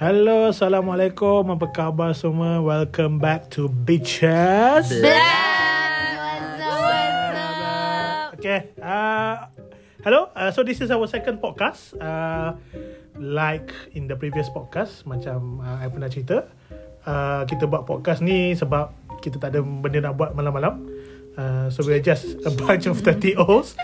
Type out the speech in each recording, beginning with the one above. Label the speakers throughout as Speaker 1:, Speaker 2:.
Speaker 1: Hello, Assalamualaikum Apa khabar semua? Welcome back to Bitches Okay uh, Hello, uh, so this is our second podcast uh, Like in the previous podcast Macam uh, I pernah cerita uh, Kita buat podcast ni sebab Kita tak ada benda nak buat malam-malam uh, So we're just a bunch of 30-olds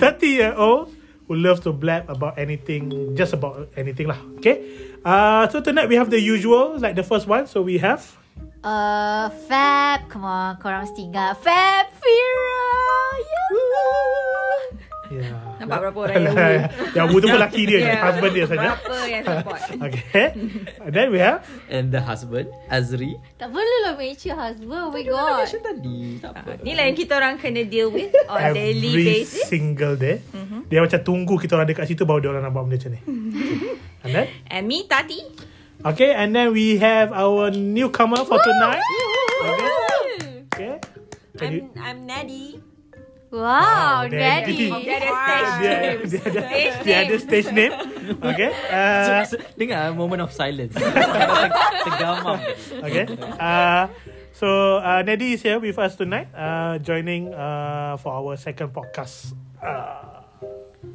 Speaker 1: 30-year-olds Who love to blab about anything Just about anything lah, okay? Uh, so tonight we have the usual Like the first one, so we have
Speaker 2: Uh, Fab, come on, korang mesti ingat Fab Fira. ya Yeah.
Speaker 1: Yeah.
Speaker 3: Nampak
Speaker 1: La-
Speaker 3: berapa orang yang Ya.
Speaker 1: La- Ya. Yang Wu tu pun laki dia
Speaker 3: Yeah.
Speaker 1: Husband dia saja
Speaker 3: Berapa yang support?
Speaker 1: Okay And then we have
Speaker 4: And the husband Azri
Speaker 2: Tak perlu lah make sure husband. Oh my god.
Speaker 4: Macam tadi Tak apa
Speaker 3: Ni lah yang kita orang kena deal with on daily
Speaker 1: Every
Speaker 3: basis. Mm-hmm.
Speaker 1: single day Dia macam tunggu kita orang dekat situ Baru dia orang nak buat benda macam ni Okay. And then
Speaker 3: And me, Tati.
Speaker 1: Okay and then we have Our newcomer for tonight Okay Okay Can you
Speaker 3: I'm, I'm Nadi.
Speaker 2: Wow,
Speaker 1: Wow, Oh, daddy.
Speaker 2: daddy.
Speaker 3: Of the other stage
Speaker 1: dia,
Speaker 3: names.
Speaker 1: dia, ada,
Speaker 3: Stage
Speaker 1: dia ada
Speaker 3: names.
Speaker 1: stage name Okay uh,
Speaker 4: So, so, dengar moment of silence Teg- Tergamam
Speaker 1: Okay. Uh, so uh, Neddy is here with us tonight, uh, joining uh, for our second podcast uh,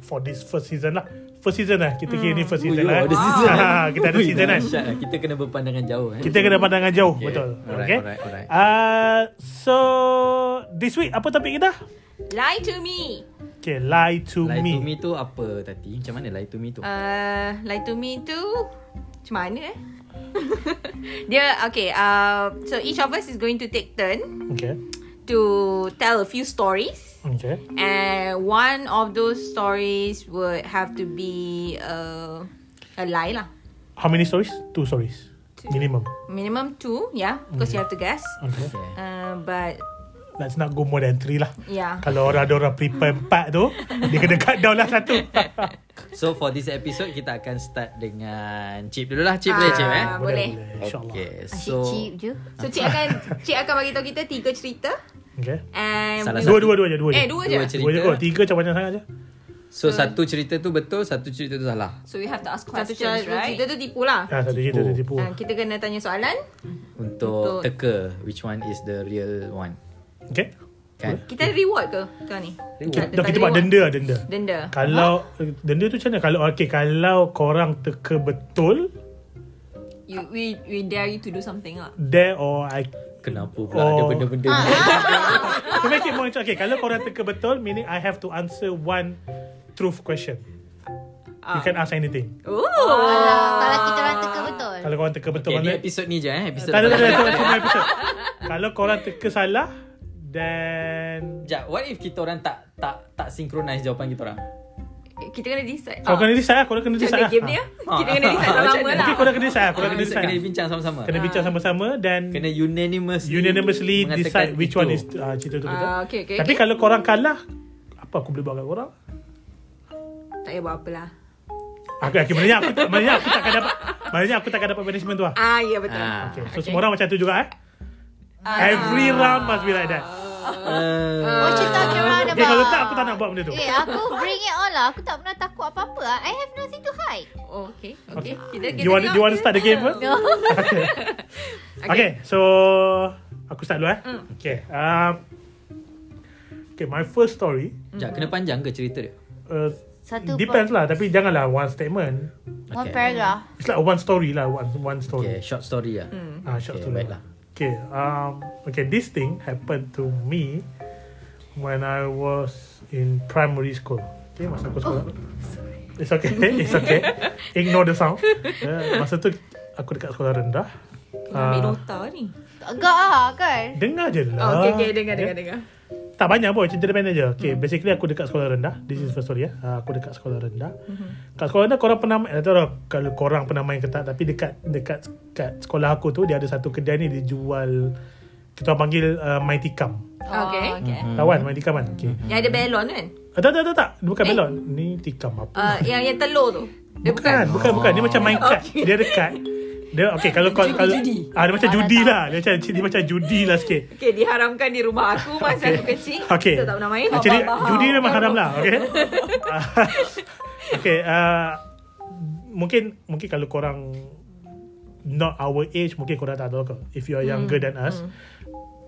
Speaker 1: for this first season lah. First season lah kita kira ni first
Speaker 4: Oh,
Speaker 1: season
Speaker 4: you
Speaker 1: lah.
Speaker 4: ada season. eh?
Speaker 1: Ah, kita ada
Speaker 4: Ui,
Speaker 1: season kan.
Speaker 4: dahsyat lah. Kita kena berpandangan jauh eh.
Speaker 1: Kita kena pandangan jauh
Speaker 4: Okay.
Speaker 1: betul.
Speaker 4: Alright,
Speaker 1: okay.
Speaker 4: alright, alright.
Speaker 1: Uh, so this week apa topik kita?
Speaker 3: Lie to me.
Speaker 1: Okay, lie to
Speaker 4: Lie
Speaker 1: me.
Speaker 4: to me tu apa tadi Macam mana lie to me tu
Speaker 3: Uh, lie to me tu macam mana eh? Dia okay. Uh, so each of us is going to take turn
Speaker 1: Okay.
Speaker 3: to tell a few stories.
Speaker 1: Okay.
Speaker 3: And one of those stories would have to be uh, a lie lah.
Speaker 1: How many stories? Two stories. Minimum.
Speaker 3: Minimum two, yeah. Because you have to guess.
Speaker 1: Okay.
Speaker 4: Okay.
Speaker 3: Uh, but ya.
Speaker 1: Let's not go more than three lah.
Speaker 3: yeah.
Speaker 1: Kalau orang ada orang prepare empat tu, dia kena cut down lah satu.
Speaker 4: So for this episode Kita akan start dengan Chip dulu lah Chip boleh Chip eh
Speaker 3: Ah, boleh.
Speaker 1: InsyaAllah.
Speaker 4: Okay
Speaker 2: Asyik
Speaker 4: So
Speaker 2: cheap je.
Speaker 3: So Cik akan Cik akan bagi tahu kita tiga cerita
Speaker 1: Okay.
Speaker 3: and
Speaker 4: Salah
Speaker 3: we
Speaker 1: Dua,
Speaker 3: will-
Speaker 1: dua, dua je. Dua
Speaker 3: Eh
Speaker 1: je.
Speaker 3: dua,
Speaker 4: Dua
Speaker 3: je.
Speaker 4: cerita.
Speaker 1: Dua je kot. Tiga macam banyak sangat je.
Speaker 4: So satu cerita tu betul Satu cerita tu salah
Speaker 5: So you have to ask
Speaker 3: Satu
Speaker 5: questions,
Speaker 3: cerita,
Speaker 5: right?
Speaker 3: cerita tu tipu lah.
Speaker 1: Ha, satu cerita tu tipu.
Speaker 3: Ah, kita kena tanya soalan. Betul.
Speaker 4: Untuk teka Which one is the real one
Speaker 1: Okay.
Speaker 4: Kan
Speaker 3: Kita ada reward ke tuan ni?
Speaker 1: Kita,
Speaker 3: Tak ada
Speaker 1: dah kita buat
Speaker 3: reward.
Speaker 1: denda lah, denda.
Speaker 3: Denda.
Speaker 1: Kalau eh, denda tu macam mana? Kalau okey kalau korang teka betul
Speaker 5: You, we we dare you to do something lah.
Speaker 1: there or I
Speaker 4: Kenapa pula ada
Speaker 1: Oh.
Speaker 4: benda-benda ni?
Speaker 1: To make it more interesting. Okay, kalau korang teka betul meaning I have to answer one truth question. You can ask anything.
Speaker 3: Oh.
Speaker 2: Kalau, kalau kita orang teka betul.
Speaker 1: Kalau korang teka betul
Speaker 4: Okay, ni
Speaker 1: mana?
Speaker 4: episod ni je eh. Episod
Speaker 1: Ah. Tak ada tak ada
Speaker 4: lepas.
Speaker 1: tak ada semua episode. Kalau korang teka salah then
Speaker 4: Sekejap, what if kita orang tak tak tak synchronize jawapan kita orang?
Speaker 3: Kita kena decide.
Speaker 1: Kau kena decide lah Korang kena
Speaker 3: Macam
Speaker 1: decide
Speaker 3: mana
Speaker 1: lah
Speaker 3: game dia? Kita kena
Speaker 1: Ah.
Speaker 3: decide
Speaker 4: Macam
Speaker 3: sama-sama
Speaker 4: mana?
Speaker 3: lah.
Speaker 1: Mungkin korang kena decide lah Korang
Speaker 4: Ah, Kena,
Speaker 1: kena decide
Speaker 4: kena
Speaker 1: lah.
Speaker 4: bincang sama-sama. Ah.
Speaker 1: Kena bincang sama-sama Dan
Speaker 4: Kena unanimous
Speaker 1: unanimously decide which one is uh, cerita tu betul.
Speaker 3: Ah, okay, okay,
Speaker 1: Tapi
Speaker 3: okay.
Speaker 1: kalau korang kalah apa aku boleh buat kat korang?
Speaker 3: Tak payah buat lah. apalah.
Speaker 1: Aku okay, Ah, maknanya aku tak maknanya aku takkan dapat maknanya aku takkan dapat management tu ah.
Speaker 3: Ah, ya betul.
Speaker 4: Ah.
Speaker 1: Okay, so semua orang macam tu juga eh. Every round must be like that. Um.
Speaker 4: Uh,
Speaker 2: Oh, cerita kita orang ada
Speaker 1: Okay, Eh, kalau tak aku tak nak buat benda tu.
Speaker 2: Eh, aku bring it all lah. Aku tak pernah takut apa-apa lah. I have nothing to hide.
Speaker 3: Oh, okay. Okay. Kita kita
Speaker 1: You want
Speaker 3: tengok.
Speaker 1: you want to start the game first?
Speaker 2: No.
Speaker 1: Okay, so aku start dulu eh. Okay. Um, okay, my first story.
Speaker 4: Sekejap, kena panjang ke cerita dia?
Speaker 1: Uh,
Speaker 2: Satu
Speaker 1: depends lah, tapi janganlah one statement.
Speaker 2: One paragraph.
Speaker 1: It's like one story lah, one one story.
Speaker 4: Okay, short story lah.
Speaker 1: Ah, short
Speaker 4: Okay,
Speaker 1: story.
Speaker 4: baiklah.
Speaker 1: Okay, um, okay. This thing happened to me when I was in primary school. Okay, masa aku sekolah.
Speaker 3: Oh,
Speaker 1: It's okay, it's okay. Ignore the sound. Yeah, masa tu aku dekat sekolah rendah.
Speaker 5: Ambil
Speaker 1: Ah,
Speaker 5: nota ni.
Speaker 2: Tak agak lah kan?
Speaker 1: dengar je lah.
Speaker 3: Oh, okay, okay, dengar, dengar, dengar.
Speaker 1: Tak banyak pun Cerita dia pendek je Okay hmm. basically aku dekat sekolah rendah This is first story ya uh, Aku dekat sekolah rendah hmm. Kat sekolah rendah korang pernah main Tak tahu lah kalau korang pernah main ke tak Tapi dekat dekat, dekat sekolah aku tu Dia ada satu kedai ni Dia jual Kita orang panggil uh, Mai Tikam
Speaker 3: Okay.
Speaker 5: Oh, okay.
Speaker 1: hmm. Lawan Mai Tikam kan okay.
Speaker 3: Yang ada balon kan?
Speaker 1: uh, Tak tak tak tak Bukan belon Ni tikam apa
Speaker 6: Hmm.
Speaker 3: Ah, yang yang telur tu. Dia bukan.
Speaker 1: Eh, Bukan bukan, bukan. Dia macam main kad Dia ada kad Dia okay kalau kau
Speaker 3: Judi,
Speaker 1: kalau
Speaker 3: judi.
Speaker 1: ah dia macam
Speaker 2: Ah,
Speaker 1: judi
Speaker 2: dah
Speaker 1: lah. Dia macam dia macam judi lah sikit.
Speaker 6: Okay, diharamkan di rumah aku masa aku kecil.
Speaker 1: Okay.
Speaker 6: So, tak pernah main.
Speaker 1: Actually
Speaker 3: Faham,
Speaker 1: judi
Speaker 3: faham.
Speaker 1: memang haram lah, okay? Ah, okay, uh, mungkin mungkin kalau korang not our age mungkin korang tak tahu ke if you are
Speaker 6: Hmm,
Speaker 1: younger than us.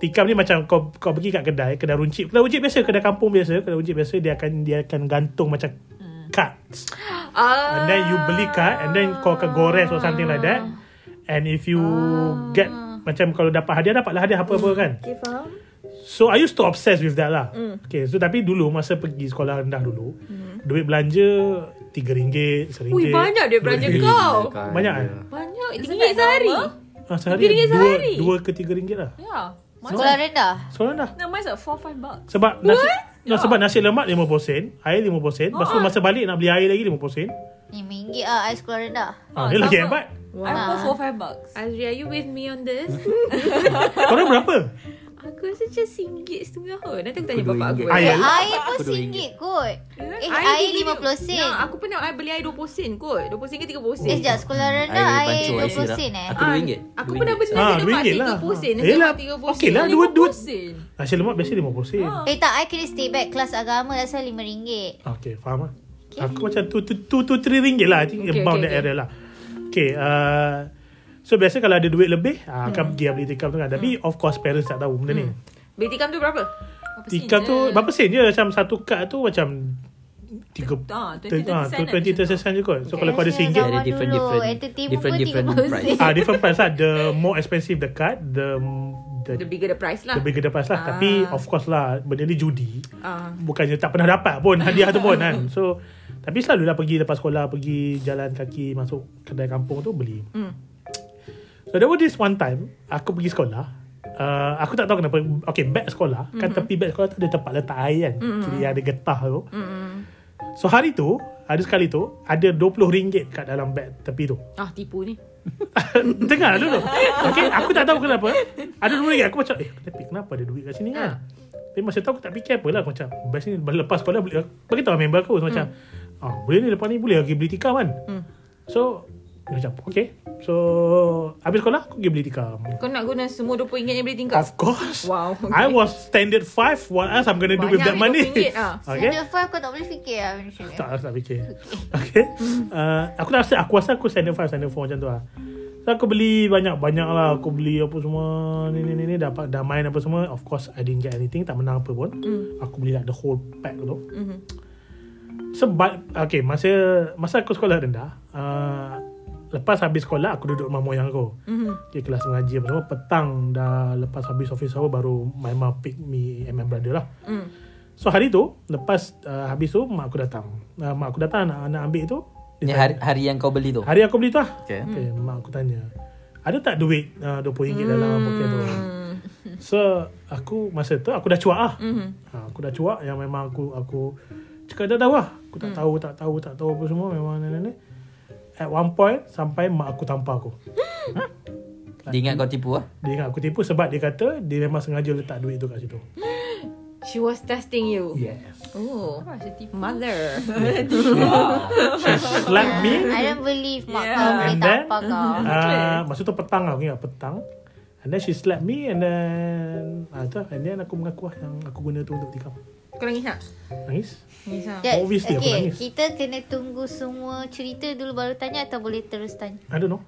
Speaker 1: Tikam ni macam kau kau pergi kat kedai, kedai runcit. Kedai runcit biasa, kedai kampung biasa, kedai runcit biasa dia akan dia akan gantung macam
Speaker 6: Hmm.
Speaker 1: cards.
Speaker 6: Ah.
Speaker 1: And then you beli card And then kau akan gores Or something like that And if you
Speaker 6: Ah.
Speaker 1: Get Macam kalau dapat hadiah Dapatlah hadiah apa-apa kan
Speaker 6: Okay, faham?
Speaker 1: So I used to obsess with that lah Okay so tapi dulu Masa pergi sekolah rendah dulu Duit belanja RM3 RM1
Speaker 6: Ui, banyak dia belanja kau.
Speaker 1: Banyak eh
Speaker 6: Banyak.
Speaker 3: Isn't
Speaker 6: RM3
Speaker 3: that
Speaker 6: sehari.
Speaker 3: normal?
Speaker 1: ah, Sehari
Speaker 6: RM3 sehari?
Speaker 1: 2 ke RM3 lah
Speaker 3: Yeah. Mine's
Speaker 2: Sekolah rendah.
Speaker 1: Sekolah rendah
Speaker 3: Ya. no, mine's like four five bucks.
Speaker 1: Sebab nasi, no, Sebab nasi lemak 50 sen Air 50 sen Lepas tu
Speaker 3: Ah.
Speaker 1: masa balik Nak beli air lagi 50 sen
Speaker 2: RM5 ah, ais sekolah rendah.
Speaker 1: ah,
Speaker 3: Ah,
Speaker 1: Dia lagi
Speaker 3: sama.
Speaker 1: hebat
Speaker 3: I remember four five bucks.
Speaker 6: Azri, are you with me on this?
Speaker 1: Korang berapa?
Speaker 6: aku rasa macam RM1 setengah kot. Nanti aku tanya
Speaker 4: Aku
Speaker 6: bapak aku.
Speaker 4: RM2.
Speaker 1: Air.
Speaker 2: Eh, air pun
Speaker 4: Aku dua
Speaker 2: RM1 kot. Eh,
Speaker 6: Air
Speaker 2: air
Speaker 6: gini-
Speaker 2: RM50 sen.
Speaker 6: Ya, aku pernah I beli air 20 sen kot. 20 sen ke 30 sen.
Speaker 2: Eh, sekejap. Sekolah rendah air
Speaker 4: pancung, air
Speaker 2: RM20
Speaker 4: sirap.
Speaker 2: sen eh.
Speaker 4: Aku RM2.
Speaker 6: Ah, Aku
Speaker 4: RM2.
Speaker 6: pernah beli
Speaker 1: Ah,
Speaker 6: nasi lemak
Speaker 1: RM2 lah.
Speaker 6: 30 sen. Nasi
Speaker 1: Eh lah,
Speaker 6: lemak 30 sen.
Speaker 1: okey lah, dua- dua- Nasi lemak biasa 50 sen
Speaker 3: Ah.
Speaker 2: Eh tak, I kena stay back kelas agama that's why RM5.
Speaker 1: Okay, faham lah. Okay. Aku macam tu tu tu tu three ringgit lah. I think okay,
Speaker 6: Okay,
Speaker 1: about okay,
Speaker 6: okay,
Speaker 1: that
Speaker 6: okay.
Speaker 1: area lah. Okay, uh, so biasa kalau ada duit lebih, uh, akan pergi beli tikam tu kan. Tapi of course parents tak tahu benda ni.
Speaker 6: Beli tikam tu berapa?
Speaker 3: Berapa
Speaker 1: Tikam
Speaker 3: sen Eh,
Speaker 1: tu
Speaker 3: je?
Speaker 1: berapa sen je macam satu kad tu macam tiga
Speaker 3: Ah, 20,
Speaker 1: ter- ah,
Speaker 3: 30 sen lah
Speaker 1: 20
Speaker 3: macam tu.
Speaker 1: 30 sen je kot. So kalau kau ada
Speaker 2: Biasa
Speaker 1: RM1,
Speaker 4: Ada
Speaker 2: zaman
Speaker 4: different-
Speaker 2: dulu,
Speaker 4: different-
Speaker 2: entertainment
Speaker 4: different-
Speaker 2: pun
Speaker 4: different
Speaker 2: RM30
Speaker 4: price.
Speaker 2: sen.
Speaker 1: ah different price lah. The more expensive the card, the the,
Speaker 6: The bigger the price lah.
Speaker 1: the bigger the price lah. Tapi of course lah, benda ni judi.
Speaker 6: Ah.
Speaker 1: bukannya tak pernah dapat pun hadiah tu pun kan so tapi selalulah pergi lepas sekolah pergi jalan kaki masuk kedai kampung tu beli
Speaker 6: Hmm.
Speaker 1: so there was this one time aku pergi sekolah uh, aku tak tahu kenapa okay beg sekolah kan tepi beg sekolah tu ada tempat letak air kan mm-hmm. ada getah tu
Speaker 6: Mm-mm.
Speaker 1: so hari tu ada sekali tu ada RM20 kat dalam beg tepi tu
Speaker 6: Ah, tipu ni.
Speaker 1: Dengar dulu Okay Aku tak tahu kenapa Ada duit lagi Aku macam Eh tapi kenapa ada duit kat sini kan
Speaker 6: Ah.
Speaker 1: Tapi masa tu aku tak fikir apa lah Aku macam Best ni lepas sekolah boleh Beritahu member aku so, Macam ah, Boleh ni lepas ni boleh Aku pergi beli tikam kan
Speaker 6: Hmm.
Speaker 1: So dia Macam okay So Habis sekolah aku pergi beli tikam
Speaker 6: Kau nak guna semua RM20 yang beli tingkap?
Speaker 1: Of course
Speaker 6: Wow, okay.
Speaker 1: I was standard 5 What else I'm gonna do with
Speaker 6: Banyak
Speaker 1: that money
Speaker 6: RM20, ah.
Speaker 1: Okay
Speaker 2: Standard 5 kau tak boleh fikir lah benda macam ni.
Speaker 1: tak, aku tak fikir Okay uh, Aku tak rasa Aku rasa aku standard 5 Standard 4 macam tu lah So aku beli banyak-banyak lah Aku beli apa semua Ni ni ni ni Dapat dah main apa semua Of course I didn't get anything Tak menang apa pun Aku beli like the whole pack tu
Speaker 6: Mhm.
Speaker 1: Sebab Okay masa Masa aku sekolah rendah uh, Lepas habis sekolah Aku duduk rumah moyang aku
Speaker 6: Mhm.
Speaker 1: Okay, kelas mengaji apa semua Petang dah Lepas habis office hour Baru my mom pick me And my brother lah
Speaker 6: Mm.
Speaker 1: So hari tu Lepas uh, habis tu Mak aku datang uh, Mak aku datang nak, nak ambil tu dia
Speaker 4: Ni hari,
Speaker 1: tanya,
Speaker 4: hari yang kau beli tu.
Speaker 1: hari aku beli tu lah
Speaker 4: Okay.
Speaker 1: okay, Mak aku tanya Ada tak duit uh, RM20 hmm. dalam poket tu So Aku masa tu Aku dah cuak lah
Speaker 6: Mhm.
Speaker 1: ha, Aku dah cuak Yang memang aku Aku Cakap tak tahu lah Aku tak tahu Tak tahu Tak tahu apa semua Memang ni ni ni At one point Sampai mak aku tampar aku
Speaker 4: Dia ingat kau tipu ah.
Speaker 1: Dia ingat aku tipu Sebab dia kata Dia memang sengaja letak duit tu kat situ
Speaker 6: She was testing you.
Speaker 1: Yes
Speaker 6: Oh. Mother.
Speaker 1: She slapped me
Speaker 2: I don't believe mak
Speaker 3: Yeah.
Speaker 2: kau boleh
Speaker 1: And then-
Speaker 2: tampar kau.
Speaker 1: Ah, masa tu petang lah, aku ingat petang. And then she slapped me and then ah, tu, lah. and then aku mengaku lah yang aku guna tu untuk tikam.
Speaker 6: Kau nangis tak?
Speaker 1: Nangis.
Speaker 6: Nangis lah.
Speaker 2: Sekejap,
Speaker 1: Obviously aku
Speaker 2: okay,
Speaker 1: nangis.
Speaker 2: kita kena tunggu semua cerita dulu baru tanya atau boleh terus tanya?
Speaker 1: I don't know.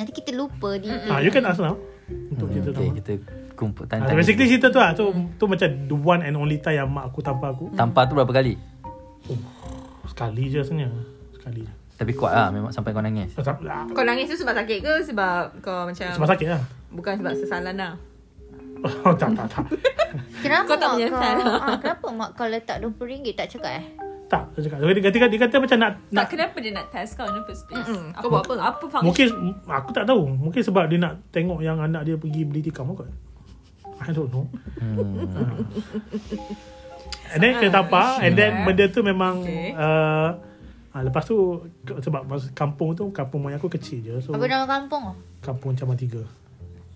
Speaker 2: Nanti kita lupa di
Speaker 1: Ah, you can ask now. Untuk cerita tu.
Speaker 4: Hmm, Okay, kita kumpul
Speaker 1: Ah,
Speaker 4: tanya.
Speaker 1: so
Speaker 4: tanya.
Speaker 1: basically cerita tu lah. Tu, tu macam the one and only time yang mak aku tampar aku.
Speaker 4: Tampar tu berapa kali?
Speaker 1: Sekali je rasanya. Sekali je.
Speaker 4: Tapi kuat lah memang sampai kau nangis.
Speaker 1: Ah, sam- ah,
Speaker 6: Kau nangis tu sebab sakit ke sebab kau macam
Speaker 1: Sebab sakit lah.
Speaker 6: bukan sebab sesalan lah.
Speaker 1: Oh, tak, tak, tak.
Speaker 2: Kenapa
Speaker 3: Kau tak
Speaker 2: mak
Speaker 3: menyesal.
Speaker 2: kau ah, Kenapa mak kau letak RM20 tak cakap eh
Speaker 1: tak, dia cakap. Dia, kata- dia, kata- dia kata macam nak,
Speaker 3: Tak
Speaker 1: nak
Speaker 3: kenapa dia nak test kau in the first place?
Speaker 6: Mm-mm.
Speaker 3: Apa-
Speaker 6: Kau buat apa?
Speaker 3: Apa function?
Speaker 1: Mungkin aku tak tahu. Mungkin sebab dia nak tengok yang anak dia pergi beli tikam kot. I don't know.
Speaker 4: Hmm.
Speaker 1: And then kena tampar And then benda tu memang
Speaker 3: Okay.
Speaker 1: uh, ah, Lepas tu ke- Sebab mas- kampung tu Kampung moyang aku kecil je So
Speaker 2: Apa nama kampung
Speaker 1: kampung Caman Tiga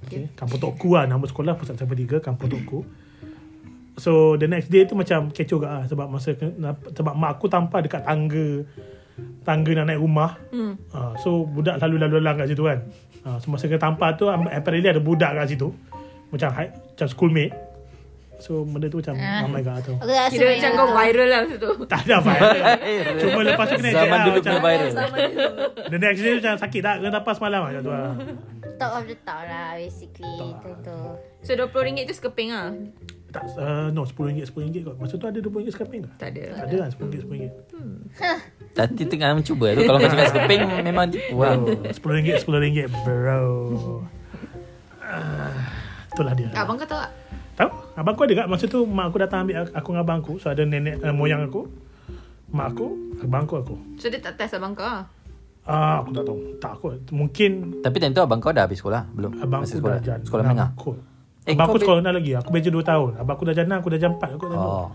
Speaker 1: okay. Kampung Tok Ku lah Nama sekolah Pusat Caman Tiga Kampung Tok Ku So the next day tu macam kecoh gak lah Sebab masa ke- nap- Sebab mak aku tampar dekat tangga tangga nak naik rumah. Hmm. Uh, so budak lalu lalu lalang kat situ kan. Uh, semasa kena tampar tu um, apparently ada budak kat situ. Macam hi- macam schoolmate. So benda tu macam uh. oh my god tu.
Speaker 2: Aku tak rasa
Speaker 6: Kira macam
Speaker 2: benda
Speaker 6: kau
Speaker 2: tu.
Speaker 6: viral lah masa tu
Speaker 1: Tak ada viral. Cuma lepas tu kena check
Speaker 4: Zaman
Speaker 1: lah
Speaker 4: dulu
Speaker 1: macam-
Speaker 4: kena viral.
Speaker 1: The next day macam sakit tak kena tampar semalam lah macam tu lah.
Speaker 2: Talk of the town lah basically
Speaker 1: Talk
Speaker 2: tu
Speaker 1: lah.
Speaker 2: tu.
Speaker 6: So RM20 tu sekeping lah
Speaker 1: Tak, uh, no RM10, RM10 kot. Masa tu ada RM20 sekeping ke?
Speaker 6: Tak ada lah,
Speaker 1: Tak ada kan RM10, RM10.
Speaker 4: Tati tengah mencuba tu Kalau kau cakap sekeping Memang tipu lah
Speaker 1: RM10, RM10 bro. Ah, Itulah dia.
Speaker 6: Abang kau tahu tak?
Speaker 1: Tahu? Abang aku ada kat masa tu mak aku datang ambil aku dengan abang aku. So ada nenek uh, moyang aku. Mak aku, abang aku aku.
Speaker 6: So dia tak test abang kau lah
Speaker 1: Ah, aku tak tahu. Tak kot. Mungkin
Speaker 4: Tapi time tu abang kau dah habis sekolah Belum?
Speaker 1: abang
Speaker 4: Masih
Speaker 1: aku
Speaker 4: sekolah
Speaker 1: dah jana.
Speaker 4: Sekolah menengah
Speaker 1: Kot.
Speaker 4: Eh,
Speaker 1: abang
Speaker 4: kau
Speaker 1: aku
Speaker 4: be-
Speaker 1: sekolah menengah lagi. Aku beja 2 tahun. Abang aku dah jana, aku dah jam 4 aku dah oh.
Speaker 4: Oh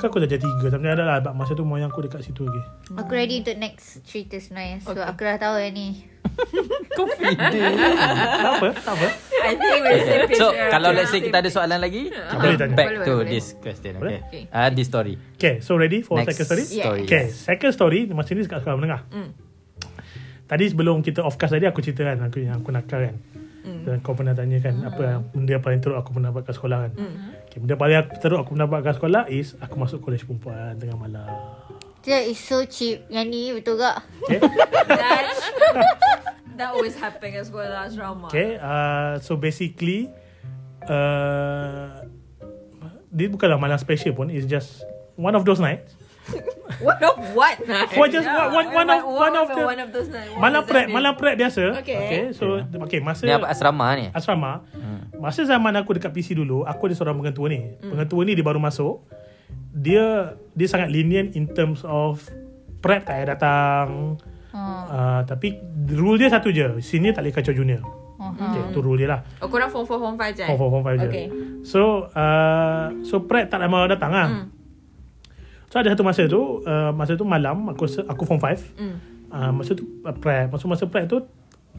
Speaker 1: Kan aku dah jam 3. Sampai ada lah abang masa tu moyang aku dekat situ lagi.
Speaker 2: Aku ready untuk next cerita sebenarnya. So
Speaker 6: Okay.
Speaker 2: aku dah tahu yang ni.
Speaker 4: Kau feeder
Speaker 1: tak apa, tak apa.
Speaker 3: I think we're the same
Speaker 4: Okay.
Speaker 3: page.
Speaker 4: So
Speaker 3: yeah.
Speaker 4: kalau
Speaker 3: Yeah.
Speaker 4: let's say kita ada soalan lagi
Speaker 1: Boleh
Speaker 4: Kita
Speaker 1: tanya.
Speaker 4: back
Speaker 6: Boleh,
Speaker 4: to
Speaker 6: boleh,
Speaker 4: this question
Speaker 1: Boleh?
Speaker 4: Okay Ah, This story
Speaker 1: Okay, so ready for
Speaker 4: Next
Speaker 1: second story?
Speaker 4: story
Speaker 1: Okay, second story masa ni dekat sekolah menengah.
Speaker 6: Hmm.
Speaker 1: Tadi sebelum kita off cast tadi aku cerita kan aku yang aku nakal kan. Dan kau pernah tanya kan apa yang- benda paling teruk aku pernah buat kat sekolah kan. Okay, benda paling aku- teruk aku pernah buat kat sekolah is aku masuk kolej perempuan tengah malam.
Speaker 2: That is so cheap. Yang ni betul tak?
Speaker 1: Okay,
Speaker 3: That, that always happen as well as drama.
Speaker 1: okay uh, so basically uh, dia bukanlah malam special pun it's just one of those nights.
Speaker 6: What of what?
Speaker 1: Well, just
Speaker 3: Yeah,
Speaker 1: one, one, one, of, one of the
Speaker 3: one of those night. what
Speaker 1: malam
Speaker 3: does that
Speaker 1: prep,
Speaker 3: mean?
Speaker 1: malam prep biasa.
Speaker 6: Okay.
Speaker 1: okay so okay masa
Speaker 4: Ni apa asrama ni?
Speaker 1: asrama hmm. masa zaman aku dekat PC dulu aku ada seorang pengetua ni hmm. pengetua ni dia baru masuk dia dia sangat lenient in terms of prep tak payah datang
Speaker 2: Hmm.
Speaker 1: uh, tapi rule dia satu je senior tak boleh kacau junior
Speaker 2: Uh-huh.
Speaker 1: okay, tu rule dia lah
Speaker 6: Oh korang form 4, form 5 je?
Speaker 1: form 4 form 5 je
Speaker 6: Okay.
Speaker 1: so uh, so prep tak lama datang lah hmm. so ada satu masa tu uh, masa tu malam aku se- aku form 5
Speaker 6: Hmm.
Speaker 1: uh, masa tu uh, prep masa masa prep tu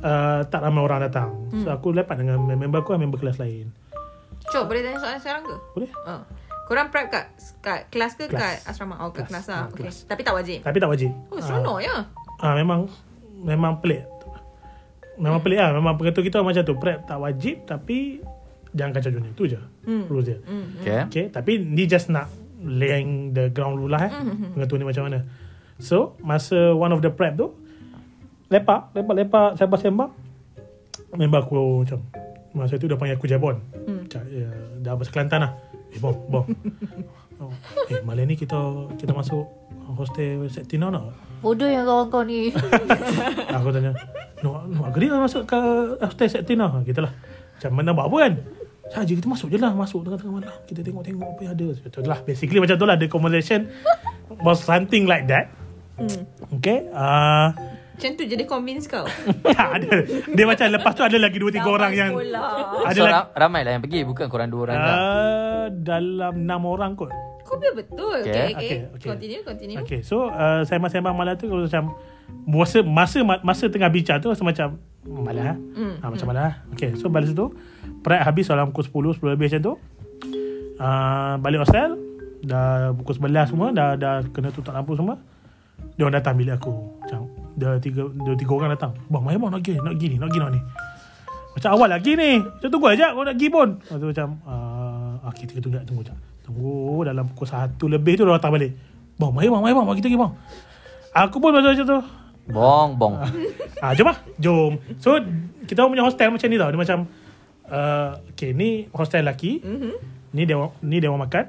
Speaker 1: uh, tak ramai orang datang
Speaker 6: Hmm.
Speaker 1: so aku lepak dengan member aku dan member kelas lain
Speaker 6: Cok boleh tanya soalan sekarang ke?
Speaker 1: boleh
Speaker 6: Oh. Korang prep kat, kat kelas ke
Speaker 1: Kelas.
Speaker 6: kat asrama? Oh kat
Speaker 1: Kelas.
Speaker 6: kelas, lah
Speaker 1: Ah,
Speaker 6: okay.
Speaker 1: kelas.
Speaker 6: Tapi tak wajib?
Speaker 1: Tapi tak wajib.
Speaker 6: Oh seronok ya?
Speaker 1: Ah, memang memang pelik. Memang
Speaker 6: Hmm.
Speaker 1: pelik lah. Memang pengetua kita macam tu. Prep tak wajib tapi jangan kacau dunia. Itu je. Hmm. Rules dia. Hmm.
Speaker 4: Okay
Speaker 1: Okay. Tapi ni just nak laying the ground rule lah eh. Hmm. Pengetua ni macam mana. So, masa one of the prep tu, lepak, lepak, lepak, sembah-sembah. Member aku macam, masa tu dia panggil aku Jabon. Hmm. Macam, ya, dah bahasa Kelantan lah. Eh, bom, bom. oh, eh, malam ni kita kita masuk hostel Septina nak?
Speaker 2: Bodoh yang kawan kau ni.
Speaker 1: Aku tanya Nak, nak gerik lah masuk ke Upstairs Septin lah Kita lah Macam mana buat apa kan Saja kita masuk je lah Masuk tengah-tengah malam Kita tengok-tengok apa yang ada Macam tu lah Basically macam tu lah The conversation Was something like that Okay uh,
Speaker 6: Macam tu jadi convince kau?
Speaker 1: Tak ada Dia macam lepas tu ada lagi 2-3 orang yang
Speaker 3: Bola.
Speaker 1: Ada
Speaker 4: So
Speaker 1: lagi
Speaker 4: ra- ramai lah yang pergi Bukan korang dua orang lah
Speaker 1: uh, Dalam 6 orang kot
Speaker 6: Kau biar betul.
Speaker 4: Okay.
Speaker 6: Okay, okay. okay,
Speaker 1: Okay, okay.
Speaker 6: Eh, Continue, continue.
Speaker 1: Okay,
Speaker 6: Okay.
Speaker 1: so uh, sembang-sembang malam tu kalau macam masa masa masa tengah bincang tu rasa macam malah
Speaker 6: Hmm.
Speaker 1: mm. ha, macam malah. Okay, so balik situ prep habis dalam pukul 10 10 lebih macam tu. Uh, balik hostel dah pukul 11 semua dah dah kena tutup lampu semua. Dia orang datang bilik aku. Macam dia tiga dia tiga orang datang. Bang, mai bang nak pergi, nak pergi ni, nak pergi nak ni. Macam awal lagi ni. Macam tunggu ajak kau nak pergi pun. Lepas tu macam uh, okay, kita tunggu tunggu jap. Tunggu dalam pukul 1 lebih tu dia orang datang balik. Bang, mai bang, mai bang, mari kita pergi bang. Aku pun macam macam tu.
Speaker 4: Bong bong
Speaker 1: Ah, jom lah. Jom. So, kita orang punya hostel macam ni tau. Dia macam uh, okay, ni hostel lelaki. Mm-hmm. Ni dewa ni dewa makan.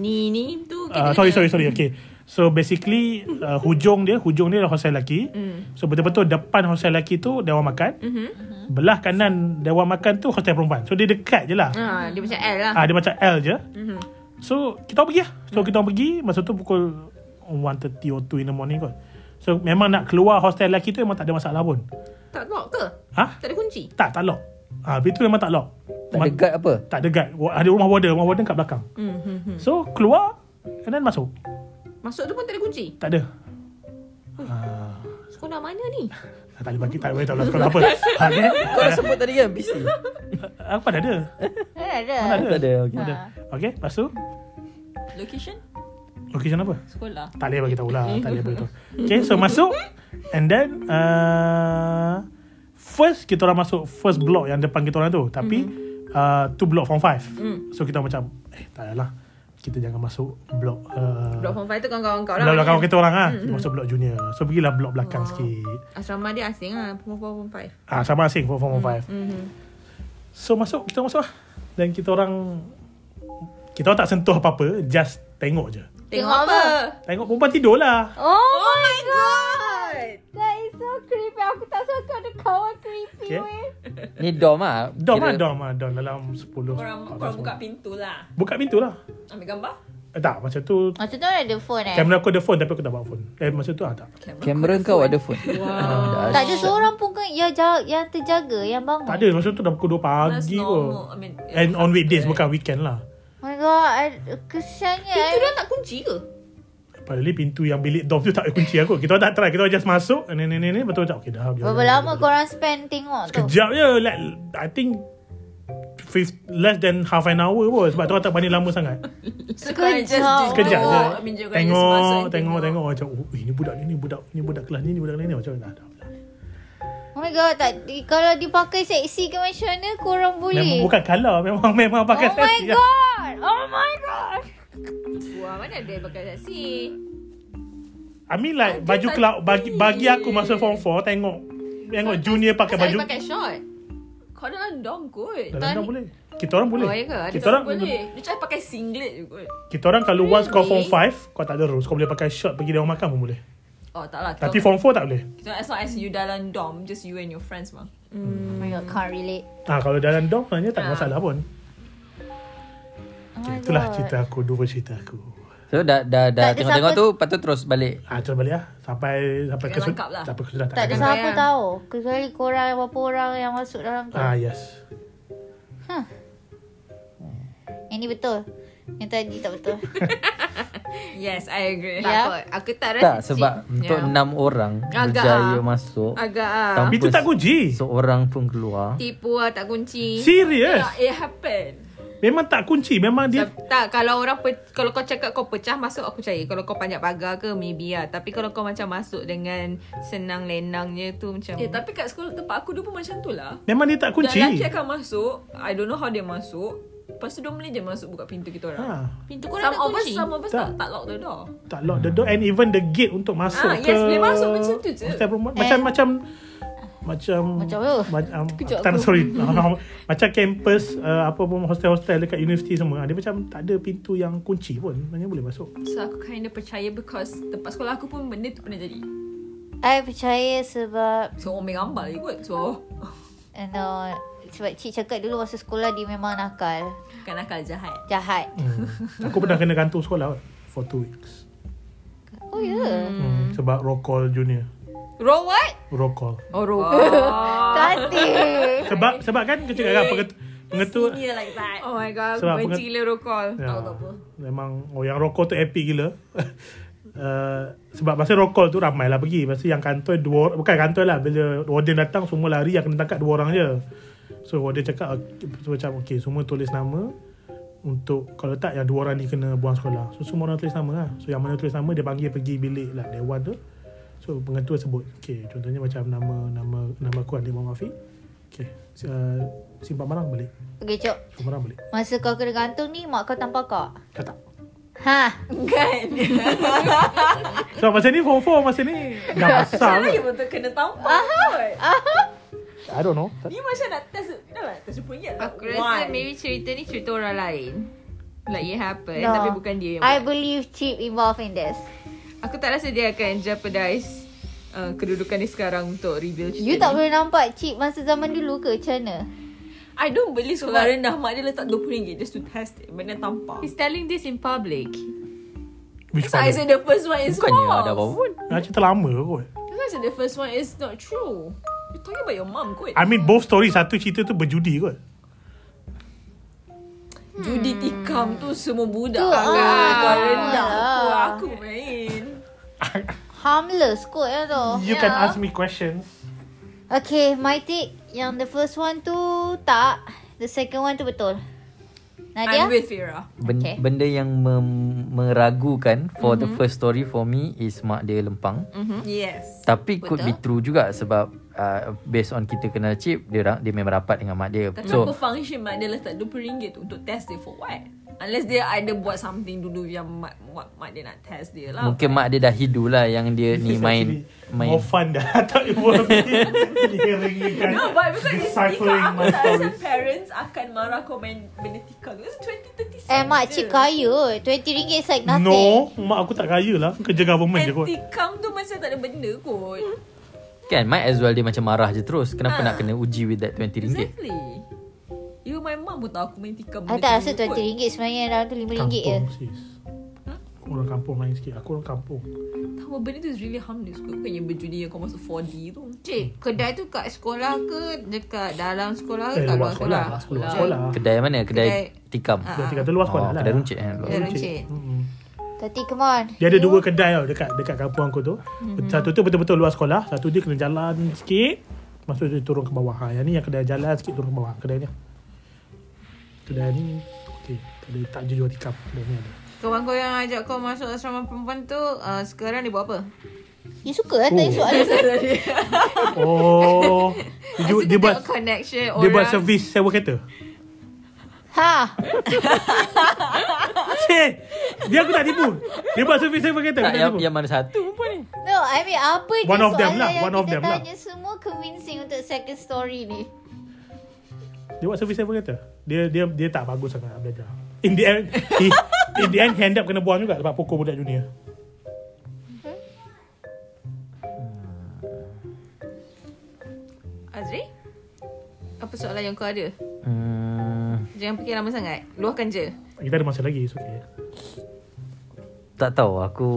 Speaker 6: Ni, ni tu.
Speaker 1: Uh, sorry, sorry, sorry. Okay. So basically uh, hujung dia, hujung dia adalah hostel lelaki.
Speaker 6: Hmm.
Speaker 1: Mm. So betul-betul depan hostel lelaki tu dewan makan. Mm-hmm. Belah kanan dewan makan tu hostel perempuan. So dia dekat je lah. Mm.
Speaker 6: Ha, dia macam L lah. Hmm.
Speaker 1: Ah, dia macam L je. Mm-hmm. So kita orang pergi lah.
Speaker 4: Hmm.
Speaker 1: So kita orang pergi masa tu pukul 1.30 or 2 in the morning kot. So memang nak keluar hostel lelaki tu memang tak ada masalah pun.
Speaker 6: Tak lock ke?
Speaker 1: Ha?
Speaker 6: Tak ada kunci?
Speaker 1: Tak, tak lock. Ah, pintu memang tak lock.
Speaker 4: Tak ada guard apa?
Speaker 1: Tak ada guard. Wa- Ada rumah warden, rumah warden kat belakang.
Speaker 6: Hmm, hmm, hmm.
Speaker 1: So keluar and then masuk.
Speaker 6: Masuk tu pun tak ada kunci?
Speaker 1: Tak ada. Ah.
Speaker 6: Sekolah mana ni?
Speaker 1: Ah, tak boleh bagi tak boleh tahu lah sekolah apa. Ha, okay.
Speaker 4: Kau dah sebut tadi kan busy
Speaker 1: Aku pada ada.
Speaker 2: Mana
Speaker 1: Mana
Speaker 2: Eh,
Speaker 4: Ah,
Speaker 2: ada?
Speaker 1: ada?
Speaker 4: Tak ada okay.
Speaker 1: Ada. Okay, lepas tu
Speaker 3: Location?
Speaker 1: Okey macam apa?
Speaker 3: Sekolah.
Speaker 1: Tak boleh bagi tahulah Tak boleh bagi tahu Okay so masuk And then uh, First kita orang masuk First block yang depan kita orang tu Tapi mm-hmm. uh, Two block form five mm. So kita orang macam Eh tak payahlah Kita jangan masuk Block uh,
Speaker 6: Blok form 5 tu kawan-kawan kau lah
Speaker 1: Blok belakang
Speaker 6: maknanya.
Speaker 1: kita orang lah Kita masuk blok junior So pergilah blok belakang sikit
Speaker 6: Asrama dia asing lah Perempuan form 5
Speaker 1: Ah sama asing for form 5.
Speaker 6: mm-hmm.
Speaker 1: So masuk kita masuk lah. Dan kita orang kita orang tak sentuh apa-apa, just tengok je.
Speaker 6: Tengok apa?
Speaker 1: Tengok perempuan tidur lah.
Speaker 2: Oh, oh
Speaker 6: my god
Speaker 2: That is so creepy Aku tak suka ada kawan
Speaker 1: Okay.
Speaker 2: creepy weh
Speaker 4: Ni dom ah.
Speaker 1: Dom
Speaker 4: Kira-
Speaker 1: lah, dom lah, dom dalam 10.
Speaker 3: Korang, korang buka pintu lah.
Speaker 1: Buka pintu lah.
Speaker 3: Ambil gambar.
Speaker 1: Eh, tak, masa tu
Speaker 2: Masa tu ada phone eh
Speaker 1: kamera aku ada phone tapi aku tak bawa phone. Eh, masa tu ah, tak.
Speaker 4: Kamera kau ada phone. Ah. Wow.
Speaker 2: Tak ada seorang pun ke yang, jaga, yang terjaga Yang bangun
Speaker 1: Tak ada, masa tu dah pukul 2
Speaker 3: That's
Speaker 1: pagi
Speaker 3: normal. Eh. I
Speaker 1: kot.
Speaker 3: mean,
Speaker 1: And on weekdays, bukan weekend lah.
Speaker 2: Oh my god I- Kesiannya eh. I-
Speaker 6: Pintu dia tak kunci ke?
Speaker 1: Padahal pintu yang bilik dom tu tak ada kunci aku. Kita orang tak try, kita orang just masuk. eh, Ni ni ni ni betul tak? Okey dah. biar-
Speaker 2: Berapa
Speaker 1: biar-
Speaker 2: lama
Speaker 1: biar-
Speaker 2: korang spend tengok tu?
Speaker 1: Sekejap je like, I think fif- Less than half an hour pun Sebab tu orang tak pandai lama sangat
Speaker 3: So, korang
Speaker 2: Sekejap.
Speaker 3: just duduk.
Speaker 1: Sekejap je
Speaker 3: I mean, korang just masuk
Speaker 1: Tengok
Speaker 3: and
Speaker 1: Tengok Tengok Macam oh, eh, Ni budak ni ni budak Ni budak kelas ni Ni budak kelas ni Macam dah, dah, dah.
Speaker 2: Oh my god, tak, kalau dipakai seksi ke macam mana, korang
Speaker 1: Memang
Speaker 2: boleh?
Speaker 1: bukan kalah Memang memang pakai ya.
Speaker 2: oh my
Speaker 1: sesi.
Speaker 2: god! Oh my god!
Speaker 6: Wah mana ada bakal taksi
Speaker 1: I mean like Baju kelab bagi, bagi aku masa form 4 Tengok Tengok junior pakai
Speaker 6: Saya
Speaker 1: baju
Speaker 6: pakai short
Speaker 3: Kau dalam dom kot.
Speaker 1: Dalam dah boleh Kita orang boleh
Speaker 6: Oh, ya ke? Ada
Speaker 1: Kita
Speaker 6: tak
Speaker 1: orang
Speaker 3: Boleh. Dia cakap pakai singlet je kot.
Speaker 1: Kita orang kalau once kau form
Speaker 6: Really?
Speaker 1: 5 Kau tak ada rules Kau boleh pakai short Pergi dia orang makan pun boleh
Speaker 3: Oh tak lah.
Speaker 1: Tapi form 4 tak boleh
Speaker 3: kita, as long as you dalam dom, just you and your friends mah.
Speaker 2: Oh my god, can't relate.
Speaker 1: Ah Kalau dalam dorm Sebenarnya tak ada
Speaker 3: Ah.
Speaker 1: masalah pun
Speaker 2: Oh
Speaker 1: Okay,
Speaker 2: my
Speaker 1: itulah
Speaker 2: god.
Speaker 1: cerita aku Dua cerita aku
Speaker 4: So dah
Speaker 2: Tak
Speaker 4: dah dah
Speaker 2: ada
Speaker 4: tengok-tengok
Speaker 2: siapa-
Speaker 4: tu lepas tu terus balik.
Speaker 1: Ah, terus balik lah Sampai Sampai
Speaker 3: Jangan
Speaker 1: kesu-
Speaker 3: lengkap lah.
Speaker 1: Sampai kesudah tak,
Speaker 2: Tak ada
Speaker 1: ada
Speaker 6: sangat.
Speaker 2: siapa
Speaker 6: Bayang.
Speaker 2: tahu. Kecuali korang berapa orang yang masuk dalam tu.
Speaker 1: Ah, yes
Speaker 2: Yang ni betul. Yang tadi tak betul.
Speaker 3: Yes, I agree.
Speaker 6: Tak
Speaker 2: Ya.
Speaker 6: kot Aku tak rasa
Speaker 4: Tak sebab untuk
Speaker 6: Ya.
Speaker 4: enam orang
Speaker 6: Agak
Speaker 4: berjaya
Speaker 6: ah.
Speaker 4: masuk.
Speaker 6: Agak ah.
Speaker 4: Tam-
Speaker 1: Pintu
Speaker 4: Mampus.
Speaker 1: tak kunci
Speaker 4: Seorang pun keluar.
Speaker 6: Tipu lah tak kunci
Speaker 1: Serius
Speaker 3: Yeah, it happened.
Speaker 1: Memang tak kunci Memang dia
Speaker 6: Tak, tak kalau orang pe, kalau kau cakap kau pecah masuk aku percaya kalau kau panjat pagar ke maybe lah tapi kalau kau macam masuk dengan senang lenangnya tu macam
Speaker 3: Eh tapi kat sekolah tempat aku dulu pun macam tu lah.
Speaker 1: Memang dia tak kunci
Speaker 3: Dan lelaki akan masuk I don't know how dia masuk Lepas tu dia boleh je masuk Buka pintu kita orang
Speaker 1: ha,
Speaker 6: pintu
Speaker 3: Some
Speaker 6: korang tak
Speaker 3: of us
Speaker 6: kunci
Speaker 3: Some of us
Speaker 1: Tak.
Speaker 3: tak, tak lock the door
Speaker 1: Tak lock the door And even the gate Untuk masuk
Speaker 3: Ah,
Speaker 1: ke
Speaker 3: yes, boleh masuk macam tu je.
Speaker 1: hostel perempuan. Macam
Speaker 2: Eh.
Speaker 1: Macam Macam
Speaker 2: Macam apa?
Speaker 1: Macam
Speaker 3: Kejut
Speaker 1: Tak
Speaker 3: aku.
Speaker 1: sorry Macam kampus uh, Apa pun hostel-hostel Dekat universiti semua Dia macam Tak ada pintu yang kunci pun Maknanya boleh masuk
Speaker 3: So aku kinda percaya Because tempat sekolah aku pun Benda tu pernah jadi
Speaker 2: I percaya sebab
Speaker 3: So orang main gambar je kot So
Speaker 2: you know, sebab cik cakap dulu masa sekolah dia memang nakal.
Speaker 3: Bukan nakal jahat
Speaker 2: Jahat.
Speaker 1: hmm. Aku pernah kena gantung sekolah kot, For two weeks
Speaker 2: Oh ya. Yeah.
Speaker 1: hmm. Sebab roll call junior
Speaker 6: roll what
Speaker 1: Roll call
Speaker 6: oh roll
Speaker 3: Eh.
Speaker 2: Cantik.
Speaker 1: Sebab sebab kan kecil kakak pengetu, pengetua
Speaker 3: Senior like that
Speaker 6: oh my god
Speaker 1: Sebab
Speaker 6: aku benci
Speaker 1: pengat-
Speaker 6: gila roll call
Speaker 1: Ya,
Speaker 3: Tahu tak apa.
Speaker 1: Memang oh yang rokok tu epic gila. Uh, sebab masa rokok tu ramai lah pergi Masa yang kantoi dua Bukan kantoi lah Bila warden datang Semua lari Yang kena tangkap dua orang je So warden cakap okay, so, Macam okay Semua tulis nama Untuk Kalau tak yang dua orang ni Kena buang sekolah So semua orang tulis nama lah So yang mana tulis nama Dia panggil pergi bilik lah Dewan tu So pengetua sebut Okay contohnya macam Nama Nama nama aku Andi Muhammad Afiq Okay uh, Simpan barang balik
Speaker 2: Okay, Cok.
Speaker 1: Simpan barang balik
Speaker 2: Masa kau kena gantung ni, mak kau tampar kau?
Speaker 1: Dah tak
Speaker 2: Ha.
Speaker 3: Kan
Speaker 1: So masa ni form 4 Masa ni Dah
Speaker 3: Macam
Speaker 1: besar
Speaker 3: mana you
Speaker 1: kot.
Speaker 3: betul kena tampar kot
Speaker 1: I don't know
Speaker 3: Ni macam nak test Dah lah test punya lah
Speaker 6: aku
Speaker 3: Why?
Speaker 6: rasa maybe cerita ni cerita orang lain like it happen
Speaker 2: No.
Speaker 6: Eh, tapi bukan dia yang
Speaker 2: I
Speaker 6: buat.
Speaker 2: believe chip involved in this.
Speaker 6: aku tak rasa dia akan jeopardize uh, kedudukan dia sekarang untuk reveal cerita
Speaker 2: You tak
Speaker 6: ni.
Speaker 2: boleh nampak chip masa zaman dulu ke macam mana?
Speaker 3: I don't believe sekolah rendah Mak dia letak RM20 Just to test it Benda tampar
Speaker 6: he's telling this in public
Speaker 1: Which
Speaker 3: So
Speaker 1: part
Speaker 3: I said the first one is
Speaker 4: Bukannya
Speaker 3: false
Speaker 4: ada apa pun.
Speaker 1: Nah, cerita lama kot
Speaker 3: You guys said the first one is not true. You're talking about your mom kot.
Speaker 1: I mean both story Satu cerita tu berjudi kot
Speaker 3: Judi tikam tu semua budak.
Speaker 2: Tu,
Speaker 3: Tu, ah,
Speaker 2: ah,
Speaker 3: kau rendah
Speaker 2: lah.
Speaker 3: tu aku main.
Speaker 2: Harmless kot lah tu.
Speaker 1: You can ask me questions
Speaker 2: Okay, my take yang the first one tu tak. The second one tu betul. Nadia?
Speaker 3: I'm with Fira.
Speaker 4: Ben-
Speaker 2: Okay.
Speaker 4: Benda yang mem- meragukan for mm-hmm. the first story for me is mak dia lempang. Mm.
Speaker 3: Yes.
Speaker 4: Tapi could be true juga sebab uh, based on kita kenal Chip, dia ra- dia memang rapat dengan mak dia.
Speaker 3: Tapi so,
Speaker 4: so
Speaker 3: apa function mak dia letak RM20 tu untuk test dia for what? Unless dia ada buat something dulu yang mak, mak, mak dia nak test dia lah.
Speaker 4: mungkin mak dia dah hidu lah yang dia
Speaker 1: This is
Speaker 4: ni main
Speaker 1: actually
Speaker 4: main
Speaker 1: More fun dah I thought it would be Hearing you guys
Speaker 3: No, but because it's tika,
Speaker 1: Deciphering
Speaker 3: aku
Speaker 1: my
Speaker 3: tak rasa
Speaker 1: stories
Speaker 3: parents akan marah kau main benda tika tu. It's 20, 30 sen
Speaker 2: Eh mak
Speaker 3: je.
Speaker 2: cik kaya RM20 is like nothing
Speaker 1: No Mak aku tak kaya lah Kerja government je
Speaker 3: And
Speaker 1: kot
Speaker 3: tikam tu macam tak ada benda kot.
Speaker 2: Hmm.
Speaker 4: kan might as well dia macam marah je terus. Kenapa
Speaker 3: Ah.
Speaker 4: nak kena uji with that 20 ringgit?
Speaker 3: Exactly. You my mum pun tahu aku main tikam
Speaker 2: Aku Ah, tak rasa RM20 sebenarnya Dalam tu RM5
Speaker 3: ya?
Speaker 2: je
Speaker 1: Kampung sis
Speaker 3: Hmm?
Speaker 1: Orang kampung lain sikit Aku orang kampung
Speaker 3: Oh, Tahu benda tu is really harmless kot. Bukan yang berjudi yang kau masuk 4D tu.
Speaker 6: Cik, kedai tu kat sekolah ke dekat dalam sekolah ke
Speaker 1: Eh
Speaker 6: kat
Speaker 1: luar
Speaker 6: luar
Speaker 1: sekolah
Speaker 6: sekolah?
Speaker 1: Luar sekolah
Speaker 4: Kedai mana? Kedai,
Speaker 6: Kedai-
Speaker 4: tikam.
Speaker 6: Ah.
Speaker 1: Dia tinggal tu luar sekolah
Speaker 4: Oh,
Speaker 1: lah
Speaker 4: kedai runcit eh. Luar
Speaker 6: Kedai runcit.
Speaker 1: Mm-mm.
Speaker 2: Tati come on
Speaker 1: Dia ada dua kedai tau Dekat dekat kampung aku tu
Speaker 6: Mm-hmm.
Speaker 1: Satu tu betul-betul luar sekolah Satu dia kena jalan sikit Lepas tu dia turun ke bawah ha, Yang ni yang kedai jalan sikit Turun ke bawah Kedai ni Kedai ni Okay Kedai tak je jual tikam Kedai ni ada
Speaker 6: Kawan kau yang ajak kau masuk asrama perempuan tu uh, sekarang dia buat apa?
Speaker 2: You suka eh
Speaker 1: Oh.
Speaker 2: tanya soalan
Speaker 1: Oh Dia, ju- dia buat
Speaker 6: tengok connection orang.
Speaker 1: Dia buat servis sewa kereta
Speaker 2: Ha
Speaker 1: Cik Dia aku tak tipu Dia buat servis sewa kereta
Speaker 4: Tak,
Speaker 1: Aku tak
Speaker 4: yang,
Speaker 1: tipu
Speaker 4: yang mana satu?
Speaker 2: No I mean apa je
Speaker 1: One of them
Speaker 2: soalan
Speaker 1: lah,
Speaker 2: yang
Speaker 1: one of
Speaker 2: kita
Speaker 1: them lah.
Speaker 2: tanya Semua convincing untuk second story ni
Speaker 1: Dia buat servis sewa kereta Dia dia dia tak bagus sangat nak belajar In the end he, In the end he end up kena buang juga Sebab pukul budak junior
Speaker 6: Azri? Apa soalan yang kau ada?
Speaker 4: Hmm,
Speaker 6: Jangan fikir lama sangat. Luahkan je.
Speaker 1: Kita ada masa lagi It's okay
Speaker 4: tak tahu. Aku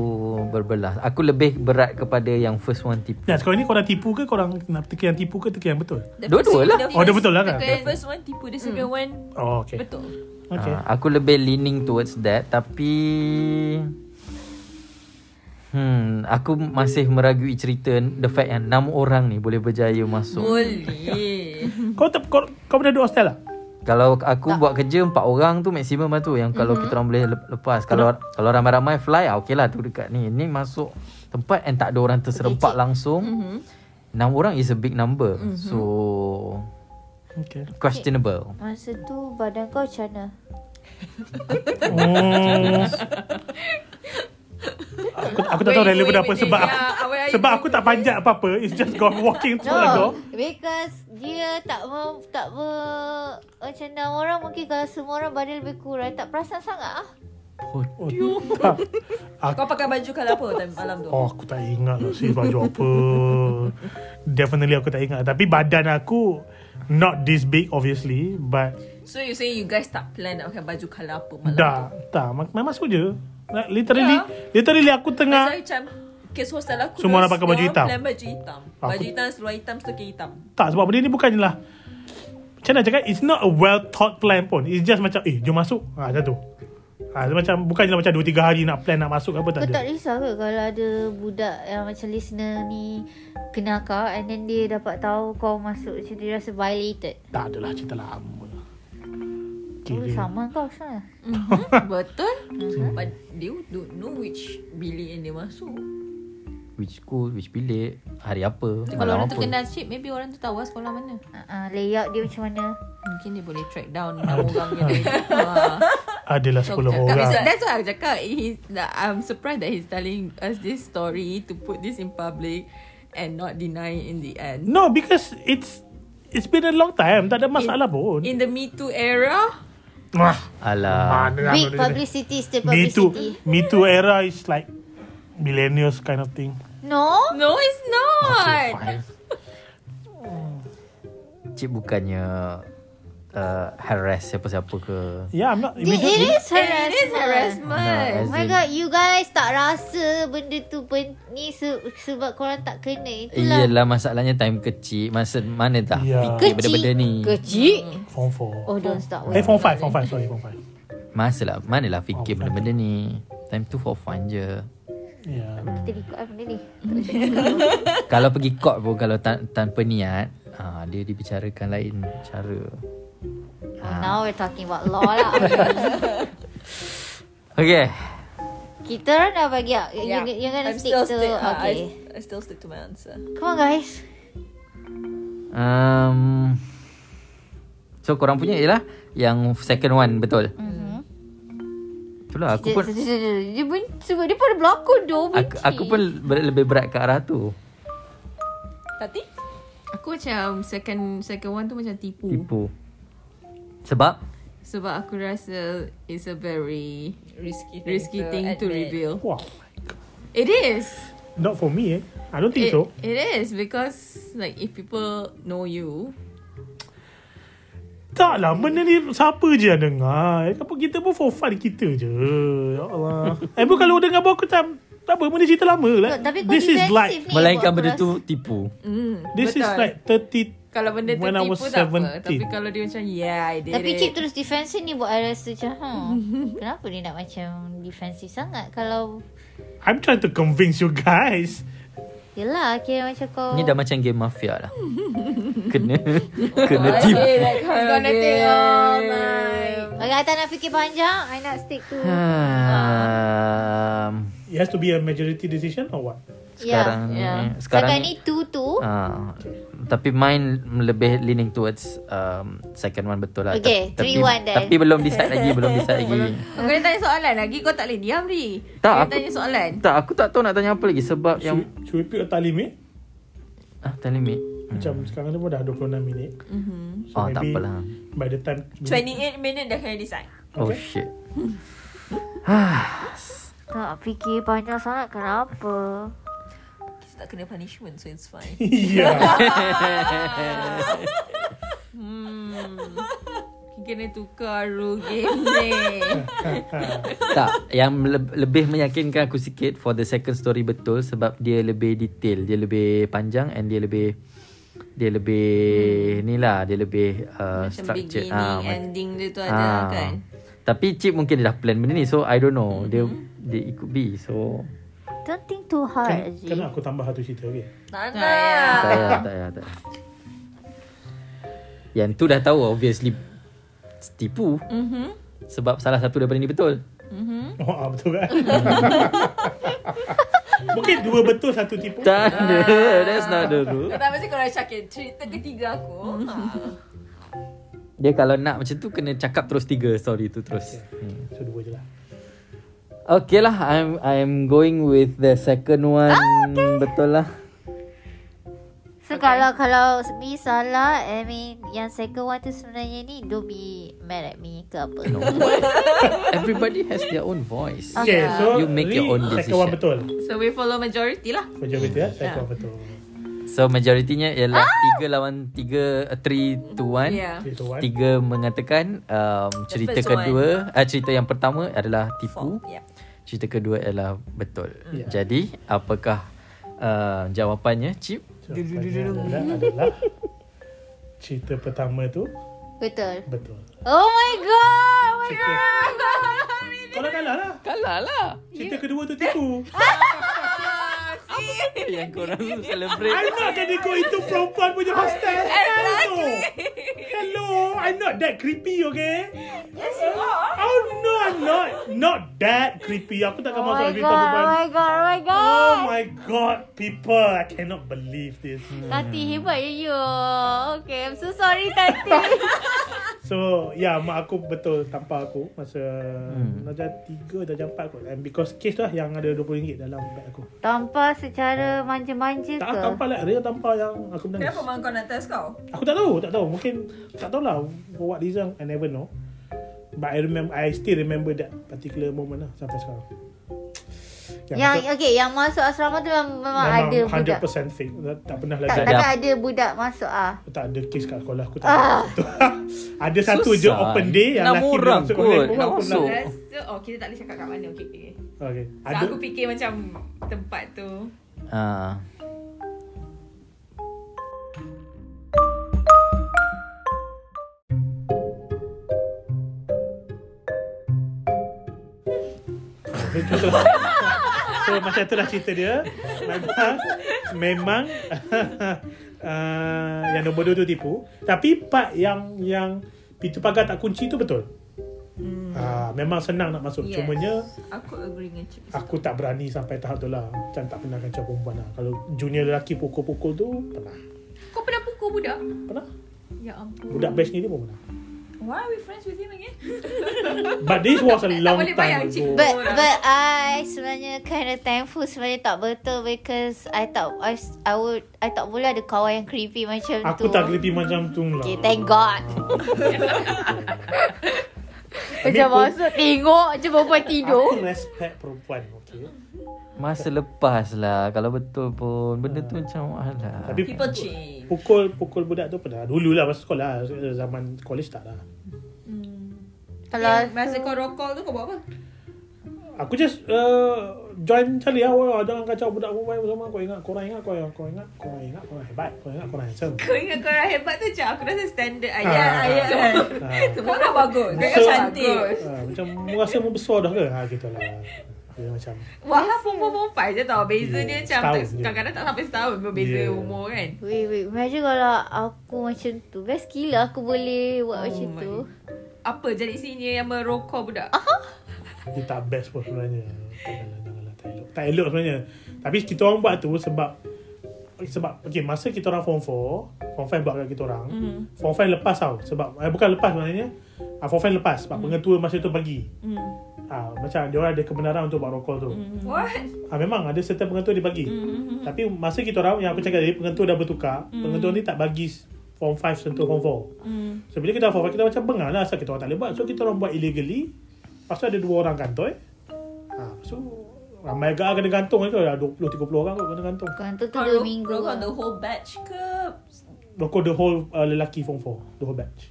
Speaker 4: berbelah. Aku lebih berat kepada yang first one tipu.
Speaker 1: Nah sekarang ni korang tipu ke Korang nak teka yang tipu ke Teka yang betul
Speaker 4: Dua-dua lah.
Speaker 1: Oh dia betul lah kan
Speaker 3: The first one tipu,
Speaker 6: Hmm.
Speaker 3: the second one
Speaker 1: Oh okay
Speaker 3: betul.
Speaker 1: Okay
Speaker 4: Ah, aku lebih leaning towards that tapi hmm aku masih meragui cerita the fact yang enam orang ni boleh berjaya masuk.
Speaker 3: Boleh.
Speaker 1: Kau tak kau, kau pernah duduk hostel lah
Speaker 4: Kalau aku tak. buat kerja empat orang tu maksimum lah tu yang kalau kita orang boleh lep- lepas. Kalau kalau ramai-ramai fly ah okey lah tu dekat ni. Ni masuk tempat and tak ada orang terserempak langsung. Enam orang is a big number. So
Speaker 1: Okay
Speaker 4: questionable.
Speaker 2: Masa tu badan kau macam mana?
Speaker 1: oh. Aku, aku tak tahu
Speaker 6: Wait,
Speaker 1: relevan
Speaker 6: wait,
Speaker 1: apa
Speaker 6: wait,
Speaker 1: Sebab
Speaker 6: yeah.
Speaker 1: aku,
Speaker 6: Where are you
Speaker 1: sebab
Speaker 6: going
Speaker 1: aku tak panjat apa-apa It's just gone walking through the door
Speaker 2: No Because dia tak me, tak me, Macam mana orang mungkin Kalau semua orang badan lebih kurang Tak perasan sangat ah.
Speaker 1: Oh, tak. Aku,
Speaker 3: Kau pakai baju kalau apa time malam tu?
Speaker 1: oh, aku tak ingat lah sis baju apa. Definitely aku tak ingat. Tapi badan aku not this big obviously. But
Speaker 3: So you say you guys tak plan nak pakai baju kalau apa malam tu?
Speaker 1: dah. Tak. mak- Memang masuk je. Like, literally.
Speaker 6: Ya.
Speaker 1: Literally aku
Speaker 3: Pasal
Speaker 1: tengah.
Speaker 3: macam kes hostel aku
Speaker 1: Semua
Speaker 3: dia-
Speaker 1: orang pakai baju
Speaker 3: dia orang
Speaker 1: hitam.
Speaker 3: Plan baju hitam.
Speaker 1: Aku-
Speaker 3: Baju hitam, seluar hitam, stoking hitam.
Speaker 1: Tak sebab benda ni bukanlah. Macam nak cakap It's not a well thought plan pun It's just macam Eh jom masuk ha, Macam tu ha, dia Macam Bukanlah macam 2-3 hari Nak plan nak masuk ke apa
Speaker 2: Kau
Speaker 1: Tak
Speaker 2: tak
Speaker 1: ada
Speaker 2: risau ke kalau ada budak yang macam listener ni kenal kau and then dia dapat tahu kau masuk macam dia rasa violated.
Speaker 1: Tak adalah cerita lama Okay,
Speaker 2: Oh,
Speaker 1: dia-
Speaker 2: sama kau sana.
Speaker 1: Ha.
Speaker 6: Betul?
Speaker 3: But they don't know which bilik yang dia masuk.
Speaker 4: Which school, which bilik, hari apa,
Speaker 6: Kalau
Speaker 4: malam
Speaker 6: orang tu
Speaker 4: apa.
Speaker 6: kenal chip, maybe orang tu tahu lah sekolah mana.
Speaker 2: Uh, layout dia macam mana?
Speaker 6: Mungkin dia boleh track down enam orang yang dia. Ha.
Speaker 1: Adalah 10
Speaker 6: Tapi
Speaker 1: orang
Speaker 6: that's why aku cakap he's, I'm surprised that he's telling us this story to put this in public and not deny it in the end.
Speaker 1: No, because it's it's been a long time. Tak ada masalah in, pun. In,
Speaker 6: In the Me Too era,
Speaker 1: ah,
Speaker 4: Alah.
Speaker 1: mana aku boleh
Speaker 2: Big publicity is still
Speaker 1: cakap. Me Too,
Speaker 2: publicity.
Speaker 1: Me Too era is like millennials kind of thing.
Speaker 2: No?
Speaker 6: no, it's
Speaker 1: Okay,
Speaker 6: not.
Speaker 1: fine.
Speaker 4: Cik bukannya uh, harass siapa-siapa ke.
Speaker 1: Yeah, I'm not.
Speaker 2: It, it is
Speaker 6: It is
Speaker 2: harassment.
Speaker 4: Nah,
Speaker 6: harassment.
Speaker 4: as
Speaker 2: Oh my
Speaker 4: in-
Speaker 2: god, you guys tak rasa benda tu pen- ni se- sebab korang tak kena. Itulah.
Speaker 4: Iyalah masalahnya time kecil Masa mana dah
Speaker 1: Ya.
Speaker 4: yeah. fikir benda-benda ni
Speaker 2: Kecil.
Speaker 1: Form 4.
Speaker 2: Oh, don't start.
Speaker 1: Eh, form 5, form 5, sorry, form 5.
Speaker 4: Masa lah Mana lah
Speaker 1: Oh,
Speaker 4: fikir benda-benda ni Time tu for fun je
Speaker 1: Yeah.
Speaker 2: Kita record lah benda ni.
Speaker 4: Kalau pergi court pun Kalau tan- tanpa niat ah Dia dibicarakan lain cara
Speaker 2: Oh, now we're talking about law lah.
Speaker 4: Okay.
Speaker 2: Kita orang dah bagi out. You, you- you're gonna
Speaker 3: I'm
Speaker 2: stick
Speaker 3: still
Speaker 2: to...
Speaker 3: stick, uh,
Speaker 2: okay.
Speaker 3: I, I still stick to my answer.
Speaker 2: Come on guys.
Speaker 4: Um, so korang punya ialah yang second one betul.
Speaker 2: Mhm.
Speaker 4: Itulah aku
Speaker 2: Dia,
Speaker 4: pun
Speaker 2: dia, dia, dia, pun sebab dia pun ada berlakon doh.
Speaker 4: aku, aku pun ber, lebih berat ke arah tu.
Speaker 3: Tati?
Speaker 6: Aku macam second second one tu macam tipu.
Speaker 1: Hmm.
Speaker 4: Tipu. Sebab
Speaker 6: Sebab aku rasa it's a very
Speaker 3: Risky
Speaker 6: risky thing to
Speaker 3: admit.
Speaker 6: reveal.
Speaker 1: Wah,
Speaker 6: It is.
Speaker 1: not for me eh. I don't think
Speaker 6: It,
Speaker 1: so.
Speaker 6: it is because like if people know you,
Speaker 1: Tak lah, benda ni siapa je yang dengar. Eh, Apa kita pun for fun kita je. Ya Allah. eh, pun kalau dengar pun aku tak, tak apa, benda cerita lama lah.
Speaker 2: Tapi kau
Speaker 1: This is
Speaker 2: defensive
Speaker 1: like,
Speaker 2: ni,
Speaker 4: melainkan
Speaker 2: buat
Speaker 4: benda
Speaker 2: aku
Speaker 4: tu tipu.
Speaker 6: mm,
Speaker 1: this
Speaker 6: betul.
Speaker 1: is like 30
Speaker 6: kalau benda tu
Speaker 1: when I
Speaker 6: tipu
Speaker 1: was
Speaker 6: tak apa.
Speaker 1: 17.
Speaker 6: Tapi kalau dia macam yeah, I did
Speaker 2: Tapi
Speaker 6: it.
Speaker 2: Cip terus defensive ni buat I rasa macam ha, Kenapa dia nak macam defensive sangat Kalau
Speaker 1: I'm trying to convince you guys.
Speaker 2: Yelah kira macam kau
Speaker 4: Ni dah macam game mafia lah. Kena
Speaker 2: Oh,
Speaker 4: kena
Speaker 2: eh,
Speaker 4: tipu.
Speaker 3: Hey, like
Speaker 6: I'm
Speaker 3: kind
Speaker 6: gonna
Speaker 3: of
Speaker 6: take all my
Speaker 2: Okay, I tak nak fikir panjang I nak stick
Speaker 4: Ah.
Speaker 2: to Ah.
Speaker 4: Um,
Speaker 1: It has to be a majority decision or what?
Speaker 4: sekarang
Speaker 2: yeah.
Speaker 4: yeah.
Speaker 2: Sekarang,
Speaker 4: sekarang
Speaker 2: Ya, ni two tu
Speaker 4: Ah, tapi mine lebih leaning towards um, second one betul lah.
Speaker 2: Okay,
Speaker 4: Tap-
Speaker 2: three
Speaker 4: tapi,
Speaker 2: one then.
Speaker 4: Tapi belum decide lagi, belum decide lagi.
Speaker 6: Kau kena tanya soalan lagi Kau tak boleh diam ni
Speaker 4: Tak,
Speaker 6: Kena
Speaker 4: aku-
Speaker 6: tanya soalan
Speaker 4: tak, aku tak tahu nak tanya apa lagi sebab
Speaker 1: Yang
Speaker 4: yang
Speaker 1: should we pick a time limit?
Speaker 4: ah, time limit.
Speaker 6: Hmm.
Speaker 1: Macam sekarang ni pun dah 26 minit. Mm-hmm.
Speaker 4: Oh, tak apalah.
Speaker 1: By the time
Speaker 3: 28 minit dah kena decide.
Speaker 4: Oh
Speaker 1: Okay.
Speaker 4: shit.
Speaker 2: Tak fikir panjang sangat kenapa
Speaker 3: Kita tak kena punishment so it's fine.
Speaker 1: yeah.
Speaker 6: Kena tukar rule game ni
Speaker 4: tak, yang le- lebih meyakinkan aku sikit for the second story betul sebab dia lebih detail, dia lebih panjang and dia lebih dia
Speaker 2: Hmm.
Speaker 4: lebih ni lah, dia lebih uh,
Speaker 6: Macam
Speaker 4: structured.
Speaker 6: beginning
Speaker 4: Ah, ma-
Speaker 6: Ending dia tu ada kan
Speaker 4: Ah.
Speaker 6: Mm-hmm.
Speaker 4: Tapi Cip mungkin dia dah plan benda ni So I don't know Dia dia it could be So
Speaker 2: Don't think too hard Aziz
Speaker 1: Kena Kan- aku tambah satu cerita okay?
Speaker 3: Tak
Speaker 6: Tak
Speaker 3: nak.
Speaker 6: payah.
Speaker 4: Tak payah Tak payah tak payah. Yang tu dah tahu Obviously Tipu
Speaker 6: Mhm.
Speaker 4: Sebab salah satu daripada ni betul
Speaker 1: Oh, ah, betul kan? Mungkin dua betul satu tipu.
Speaker 6: Ah.
Speaker 4: Tak ada That's not the rule
Speaker 3: Pertama macam korang cakap cerita ketiga aku. ah.
Speaker 4: Dia kalau nak macam tu Kena cakap terus tiga Story tu terus hmm.
Speaker 1: So dua je lah.
Speaker 4: Okay lah I'm I'm going with the second one
Speaker 6: Ah,
Speaker 4: Betul lah
Speaker 2: So kalau kalau me salah I mean yang second one tu sebenarnya ni Don't be mad at me ke apa
Speaker 4: No. Everybody has their own voice
Speaker 1: Okay, so
Speaker 4: You make your own
Speaker 1: Second one
Speaker 4: decision.
Speaker 1: betul.
Speaker 6: So we follow majority lah
Speaker 1: Macam betul ya, second one betul.
Speaker 4: So majoritinya ialah tiga lawan tiga uh, Three to one
Speaker 6: Yeah
Speaker 1: Okay, so one.
Speaker 4: Tiga mengatakan um, cerita
Speaker 3: first
Speaker 4: kedua uh, cerita yang pertama adalah
Speaker 3: Fuck, Oh,
Speaker 4: tipu,
Speaker 3: yeah.
Speaker 4: cerita kedua adalah betul. Jadi apakah uh, jawapannya Cip?
Speaker 1: So, jawapannya adalah, adalah cerita pertama tu
Speaker 2: Betul
Speaker 1: betul.
Speaker 2: Oh my god Oh my
Speaker 1: Cerita. Kalau kalah lah.
Speaker 4: Kalah lah.
Speaker 1: Cerita kedua tu
Speaker 2: Eh,
Speaker 1: tipu.
Speaker 4: Yang korang
Speaker 1: I'm
Speaker 4: celebrate.
Speaker 1: not gonna go into perempuan punya hostel. Hello. Hello. I'm not that creepy, okay? Yes, you are. Oh, no, I'm not. Not that creepy. Aku takkan
Speaker 2: Oh my
Speaker 1: masuk cerita
Speaker 2: god Oh
Speaker 1: perempuan.
Speaker 2: my god Oh my god
Speaker 1: Oh my god, people. I cannot believe this.
Speaker 2: Tati hebat ya you. Okay, I'm so sorry Tati.
Speaker 1: So, yeah, mak aku betul tampar aku masa hmm. dah jam 3 dah jam 4 kot. And because case tu lah yang ada RM20 dalam bag aku.
Speaker 2: Tampar secara manja-manja
Speaker 1: Tak
Speaker 2: ke?
Speaker 1: tampar lah, real tampar yang aku menangis.
Speaker 3: Kenapa mak kau nak test kau?
Speaker 1: Aku tak tahu, tak tahu. Mungkin tak tahulah for what reason I never know. But I remember I still remember that particular moment lah sampai sekarang.
Speaker 2: Yang
Speaker 1: macam-
Speaker 2: okay, yang masuk asrama tu memang, memang Ya, ada budak.
Speaker 1: 100% fake. Tak, tak pernah lagi.
Speaker 2: Tak,
Speaker 1: Tak,
Speaker 4: ada.
Speaker 2: tapi ada Ah. budak masuk ah.
Speaker 1: tak ada kes kat sekolah aku tak ada. ada satu je
Speaker 4: Susah.
Speaker 1: open day yang
Speaker 4: Enam
Speaker 1: lelaki dia
Speaker 4: orang kot,
Speaker 1: boleh keluar
Speaker 4: nak
Speaker 1: pun
Speaker 4: masuk.
Speaker 1: lah.
Speaker 6: Rasa Oh kita tak boleh cakap kat mana Okay, okay.
Speaker 1: Okay.
Speaker 6: So
Speaker 1: Ada
Speaker 6: aku fikir macam Tempat tu
Speaker 4: Ah.
Speaker 1: So macam tu lah cerita dia Memang Memang uh, Yang nombor dua tu tipu Tapi part yang Yang pintu pagar tak kunci tu betul. Hmm. Ha, memang senang nak masuk. Yes. Cumanya
Speaker 6: Aku agree dengan Cik
Speaker 1: aku tak berani sampai tahap tu lah. Macam tak pernah kacau perempuan lah. Kalau junior lelaki pukul-pukul tu pernah.
Speaker 3: Kau pernah pukul budak?
Speaker 1: Pernah.
Speaker 3: Ya ampun.
Speaker 1: Budak batch ni dia pun pernah.
Speaker 3: Why are we friends with him again?
Speaker 1: But this was a long
Speaker 3: boleh
Speaker 1: time
Speaker 3: bayang, Cik.
Speaker 1: ago.
Speaker 2: But but I sebenarnya kind of thankful sebenarnya tak betul because I tak I, I would I tak boleh ada kawan yang creepy macam
Speaker 1: Aku
Speaker 2: tu.
Speaker 1: tak creepy macam tu lah.
Speaker 2: Okay, thank God.
Speaker 1: Ni
Speaker 2: Macam
Speaker 1: pun-
Speaker 2: masuk tengok je perempuan tidur.
Speaker 1: Aku respect perempuan, okay?
Speaker 6: Ah,
Speaker 4: Masa lepas lah Kalau betul pun Benda tu macam lah.
Speaker 1: Ah.
Speaker 4: Alah
Speaker 1: Tapi
Speaker 3: People change.
Speaker 1: pukul pukul budak tu pernah. Dulu lah masa sekolah, zaman college tak lah.
Speaker 2: Kalau
Speaker 6: Masa kau rokok tu kau buat apa?
Speaker 1: Aku just uh, join sekali lah. Wah, jangan kacau budak perempuan semua. Kau ingat, korang ingat, kau ingat, kau ingat, kau ingat, korang hebat. Kau ingat, korang handsome.
Speaker 6: Kau ingat kau orang hebat tu Cik Aku rasa standard ayat
Speaker 1: Ah.
Speaker 6: ayat kan
Speaker 1: Ah.
Speaker 3: Semua orang bagus. Mereka
Speaker 1: So-
Speaker 3: cantik.
Speaker 1: Ah, macam rasa mu besar dah ke? Ha gitu lah. Dia macam
Speaker 6: Walau perempuan-perempuan je tau Beza
Speaker 1: Yeah,
Speaker 6: dia macam tak-
Speaker 1: setahun je.
Speaker 6: Kadang-kadang tak sampai setahun pun Beza
Speaker 1: Yeah.
Speaker 6: umur kan
Speaker 2: Wait, wait. Imagine kalau aku macam tu. Best gila aku boleh buat
Speaker 6: Oh
Speaker 2: oh macam
Speaker 6: my
Speaker 2: tu.
Speaker 6: Apa jadi senior yang merokok budak
Speaker 1: dia tak best pun sebenarnya. Janganlah, janganlah. Tak elok. Tak elok sebenarnya. Tapi kita orang buat tu sebab sebab okay, masa kita orang form 4 form 5 buat kat kita orang mm. form 5 lepas tau sebab eh, bukan lepas maknanya ah, form 5 lepas sebab mm. pengetua masa tu bagi
Speaker 6: Hmm.
Speaker 1: ah, macam dia orang ada kebenaran untuk buat rokok tu
Speaker 3: What?
Speaker 1: ah, memang ada certain pengetua dia bagi mm. tapi masa kita orang yang aku cakap tadi pengetua dah bertukar mm. pengetua ni tak bagi form 5 sentuh form 4
Speaker 6: hmm.
Speaker 1: So bila kita forward kita macam bengar lah asal kita orang tak boleh buat. So kita orang buat illegally. Lepas tu ada dua orang kantoi. Ha, so ramai agak kena gantung itu ada 20 30 orang kot kena gantung.
Speaker 2: Kan tu tu
Speaker 3: Kau
Speaker 2: dua
Speaker 3: ro-
Speaker 2: minggu.
Speaker 3: rokok the
Speaker 2: lah.
Speaker 3: whole batch ke?
Speaker 1: Rokok the whole uh, lelaki form 4, the whole batch.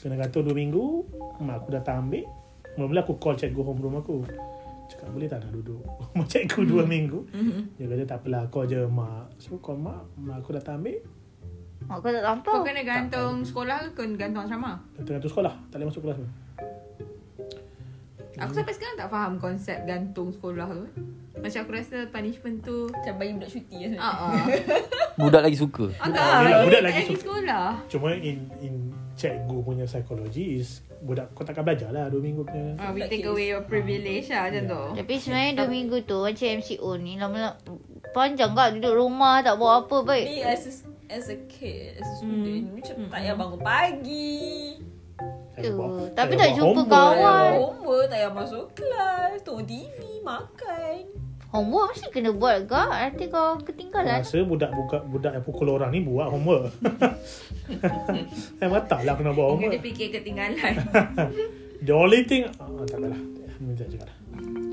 Speaker 1: Kena gantung 2 minggu, mak aku datang ambil. Mula-mula aku call cikgu home room aku. Cakap boleh tak nak duduk rumah cikgu 2
Speaker 2: Hmm.
Speaker 1: minggu. Dia kata tak apalah call je mak. So call mak, mak aku datang ambil.
Speaker 2: Mak Oh, kau tak tampau.
Speaker 6: Kau kan- kena gantung sekolah ke Kau kena gantung asrama
Speaker 1: Datang tu sekolah, tak boleh masuk kelas pun.
Speaker 6: Aku sampai sekarang tak faham Konsep gantung sekolah tu Macam aku rasa punishment tu
Speaker 3: Macam bagi budak cuti lah sebenarnya.
Speaker 6: Ah, ah.
Speaker 4: Budak lagi suka
Speaker 6: Ah,
Speaker 1: Budak-
Speaker 6: tak.
Speaker 1: budak
Speaker 6: Budak
Speaker 1: lagi
Speaker 6: lagi
Speaker 1: suka.
Speaker 6: sekolah.
Speaker 1: Cuma in in cikgu punya psikologi is budak kau takkan belajar lah 2 minggu punya.
Speaker 6: Ah, we take away your privilege lah macam tu.
Speaker 2: Tapi sebenarnya dua minggu tu macam MCO ni lama-lama panjang kau duduk rumah tak buat apa baik.
Speaker 3: Me as a, as a kid, as a student,
Speaker 2: Hmm.
Speaker 3: macam tak payah bangun pagi.
Speaker 1: Saya
Speaker 2: Tu.
Speaker 1: buat-
Speaker 2: Tapi
Speaker 1: saya
Speaker 2: tak
Speaker 1: buat
Speaker 2: jumpa
Speaker 1: homework.
Speaker 3: Tak payah
Speaker 2: Kawan.
Speaker 3: homework, tak payah masuk kelas, tengok TV, makan.
Speaker 2: Homework mesti kena buat kau. Nanti kau ketinggalan.
Speaker 1: Rasa budak buka, budak yang pukul orang ni buat homework. saya mata lah kena buat
Speaker 6: Mungkin dia
Speaker 1: homework.
Speaker 6: fikir ketinggalan.
Speaker 1: The only thing ah, tak apalah. Ni Tak cakap lah.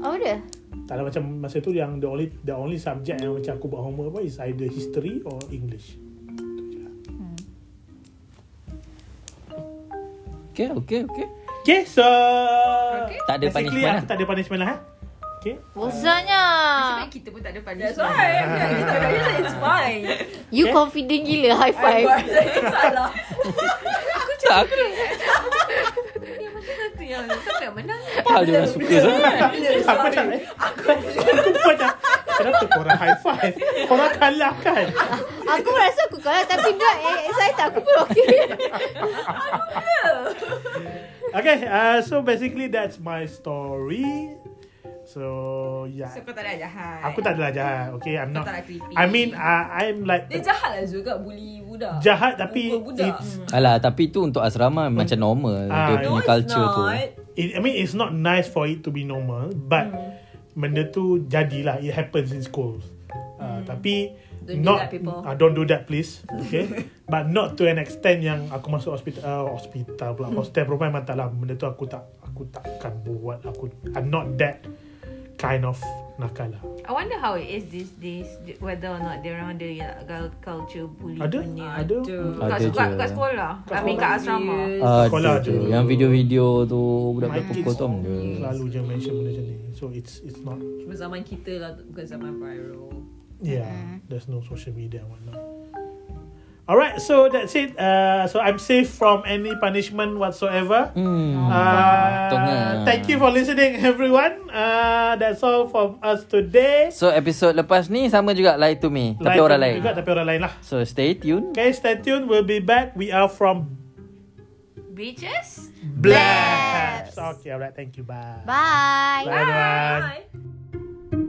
Speaker 2: Apa dia?
Speaker 1: Tak ada macam masa tu yang the only the only subject yang macam aku buat homework apa is either history or English.
Speaker 4: Okay okay okay
Speaker 1: Okay, so
Speaker 6: Okay.
Speaker 4: Tak ada
Speaker 1: basically
Speaker 4: punishment
Speaker 1: aku
Speaker 4: lah.
Speaker 1: tak ada punishment lah. eh. Okay.
Speaker 2: Bosannya.
Speaker 6: Sebab kita pun tak ada
Speaker 3: That's
Speaker 6: punishment.
Speaker 3: why. Kita rasa it's fine.
Speaker 2: You confident gila high
Speaker 3: I
Speaker 2: five.
Speaker 3: buat salah.
Speaker 4: Tak aku
Speaker 6: Itu yang siapa yang menang?
Speaker 4: Apa dia orang suka sangat
Speaker 1: Apa tak eh? Aku pun macam Kenapa korang high five? Korang kalah kan?
Speaker 2: Aku rasa aku kalah tapi dia eh, saya tak aku pun okey.
Speaker 1: Okay, uh, so basically that's my story. So yeah,
Speaker 6: So kau tak ada jahat.
Speaker 1: aku tak adalah jahat. Okay, I'm
Speaker 6: Kau
Speaker 1: not.
Speaker 6: tak ada creepy.
Speaker 1: I mean, uh, I'm like
Speaker 3: Dia jahat lah juga bully budak.
Speaker 1: jahat tapi
Speaker 3: Pukul budak.
Speaker 1: it's
Speaker 4: Alah tapi tu untuk asrama Macam normal
Speaker 1: Ah,
Speaker 4: Dia
Speaker 1: no,
Speaker 4: punya
Speaker 3: it's
Speaker 4: culture tu eh.
Speaker 3: not.
Speaker 1: it, I mean it's not nice for it to be normal, but
Speaker 3: Hmm.
Speaker 1: benda tu jadilah. It happens in schools. Uh, Tapi
Speaker 3: Hmm. Don't do
Speaker 1: not
Speaker 3: that, people.
Speaker 1: Ah, don't do that please okay but not to an extent yang aku masuk hospital uh, hospital
Speaker 3: Hmm.
Speaker 1: pula hostel perempuan memang tak lah benda tu aku tak aku takkan buat aku I'm not that kind of nakal lah
Speaker 6: I wonder how it is these days whether or not dia orang ada yang cul- culture bully
Speaker 1: Ada?
Speaker 6: punya.
Speaker 1: Ada?
Speaker 4: Ada
Speaker 6: Kat, kat,
Speaker 4: je.
Speaker 6: kat sekolah.
Speaker 1: Kat
Speaker 6: I mean kat asrama.
Speaker 4: Ah,
Speaker 1: Sekolah
Speaker 4: tu, tu.
Speaker 1: je.
Speaker 4: Yang video-video tu Budak-budak
Speaker 1: My
Speaker 4: pukul
Speaker 1: kids
Speaker 4: tu ada
Speaker 1: Selalu je mention benda macam ni So it's it's not
Speaker 3: Cuma zaman kita lah, bukan zaman viral.
Speaker 1: Yeah There's no social media and whatnot Alright so that's it uh, So I'm safe from any punishment whatsoever
Speaker 4: Hmm
Speaker 1: Uh,
Speaker 4: Tengah.
Speaker 1: thank you for listening everyone uh, That's all from us today
Speaker 4: So episod lepas ni Sama juga Lie to me
Speaker 1: Live
Speaker 4: Tapi orang
Speaker 1: kami
Speaker 4: lain
Speaker 1: juga, Tapi orang lain lah
Speaker 4: So stay tuned
Speaker 1: Okay stay tuned We'll be back We are from
Speaker 6: Bitches.
Speaker 1: Blabs. Okay, alright. Thank you. Bye.
Speaker 2: Bye.
Speaker 1: Bye, everyone.
Speaker 3: Bye.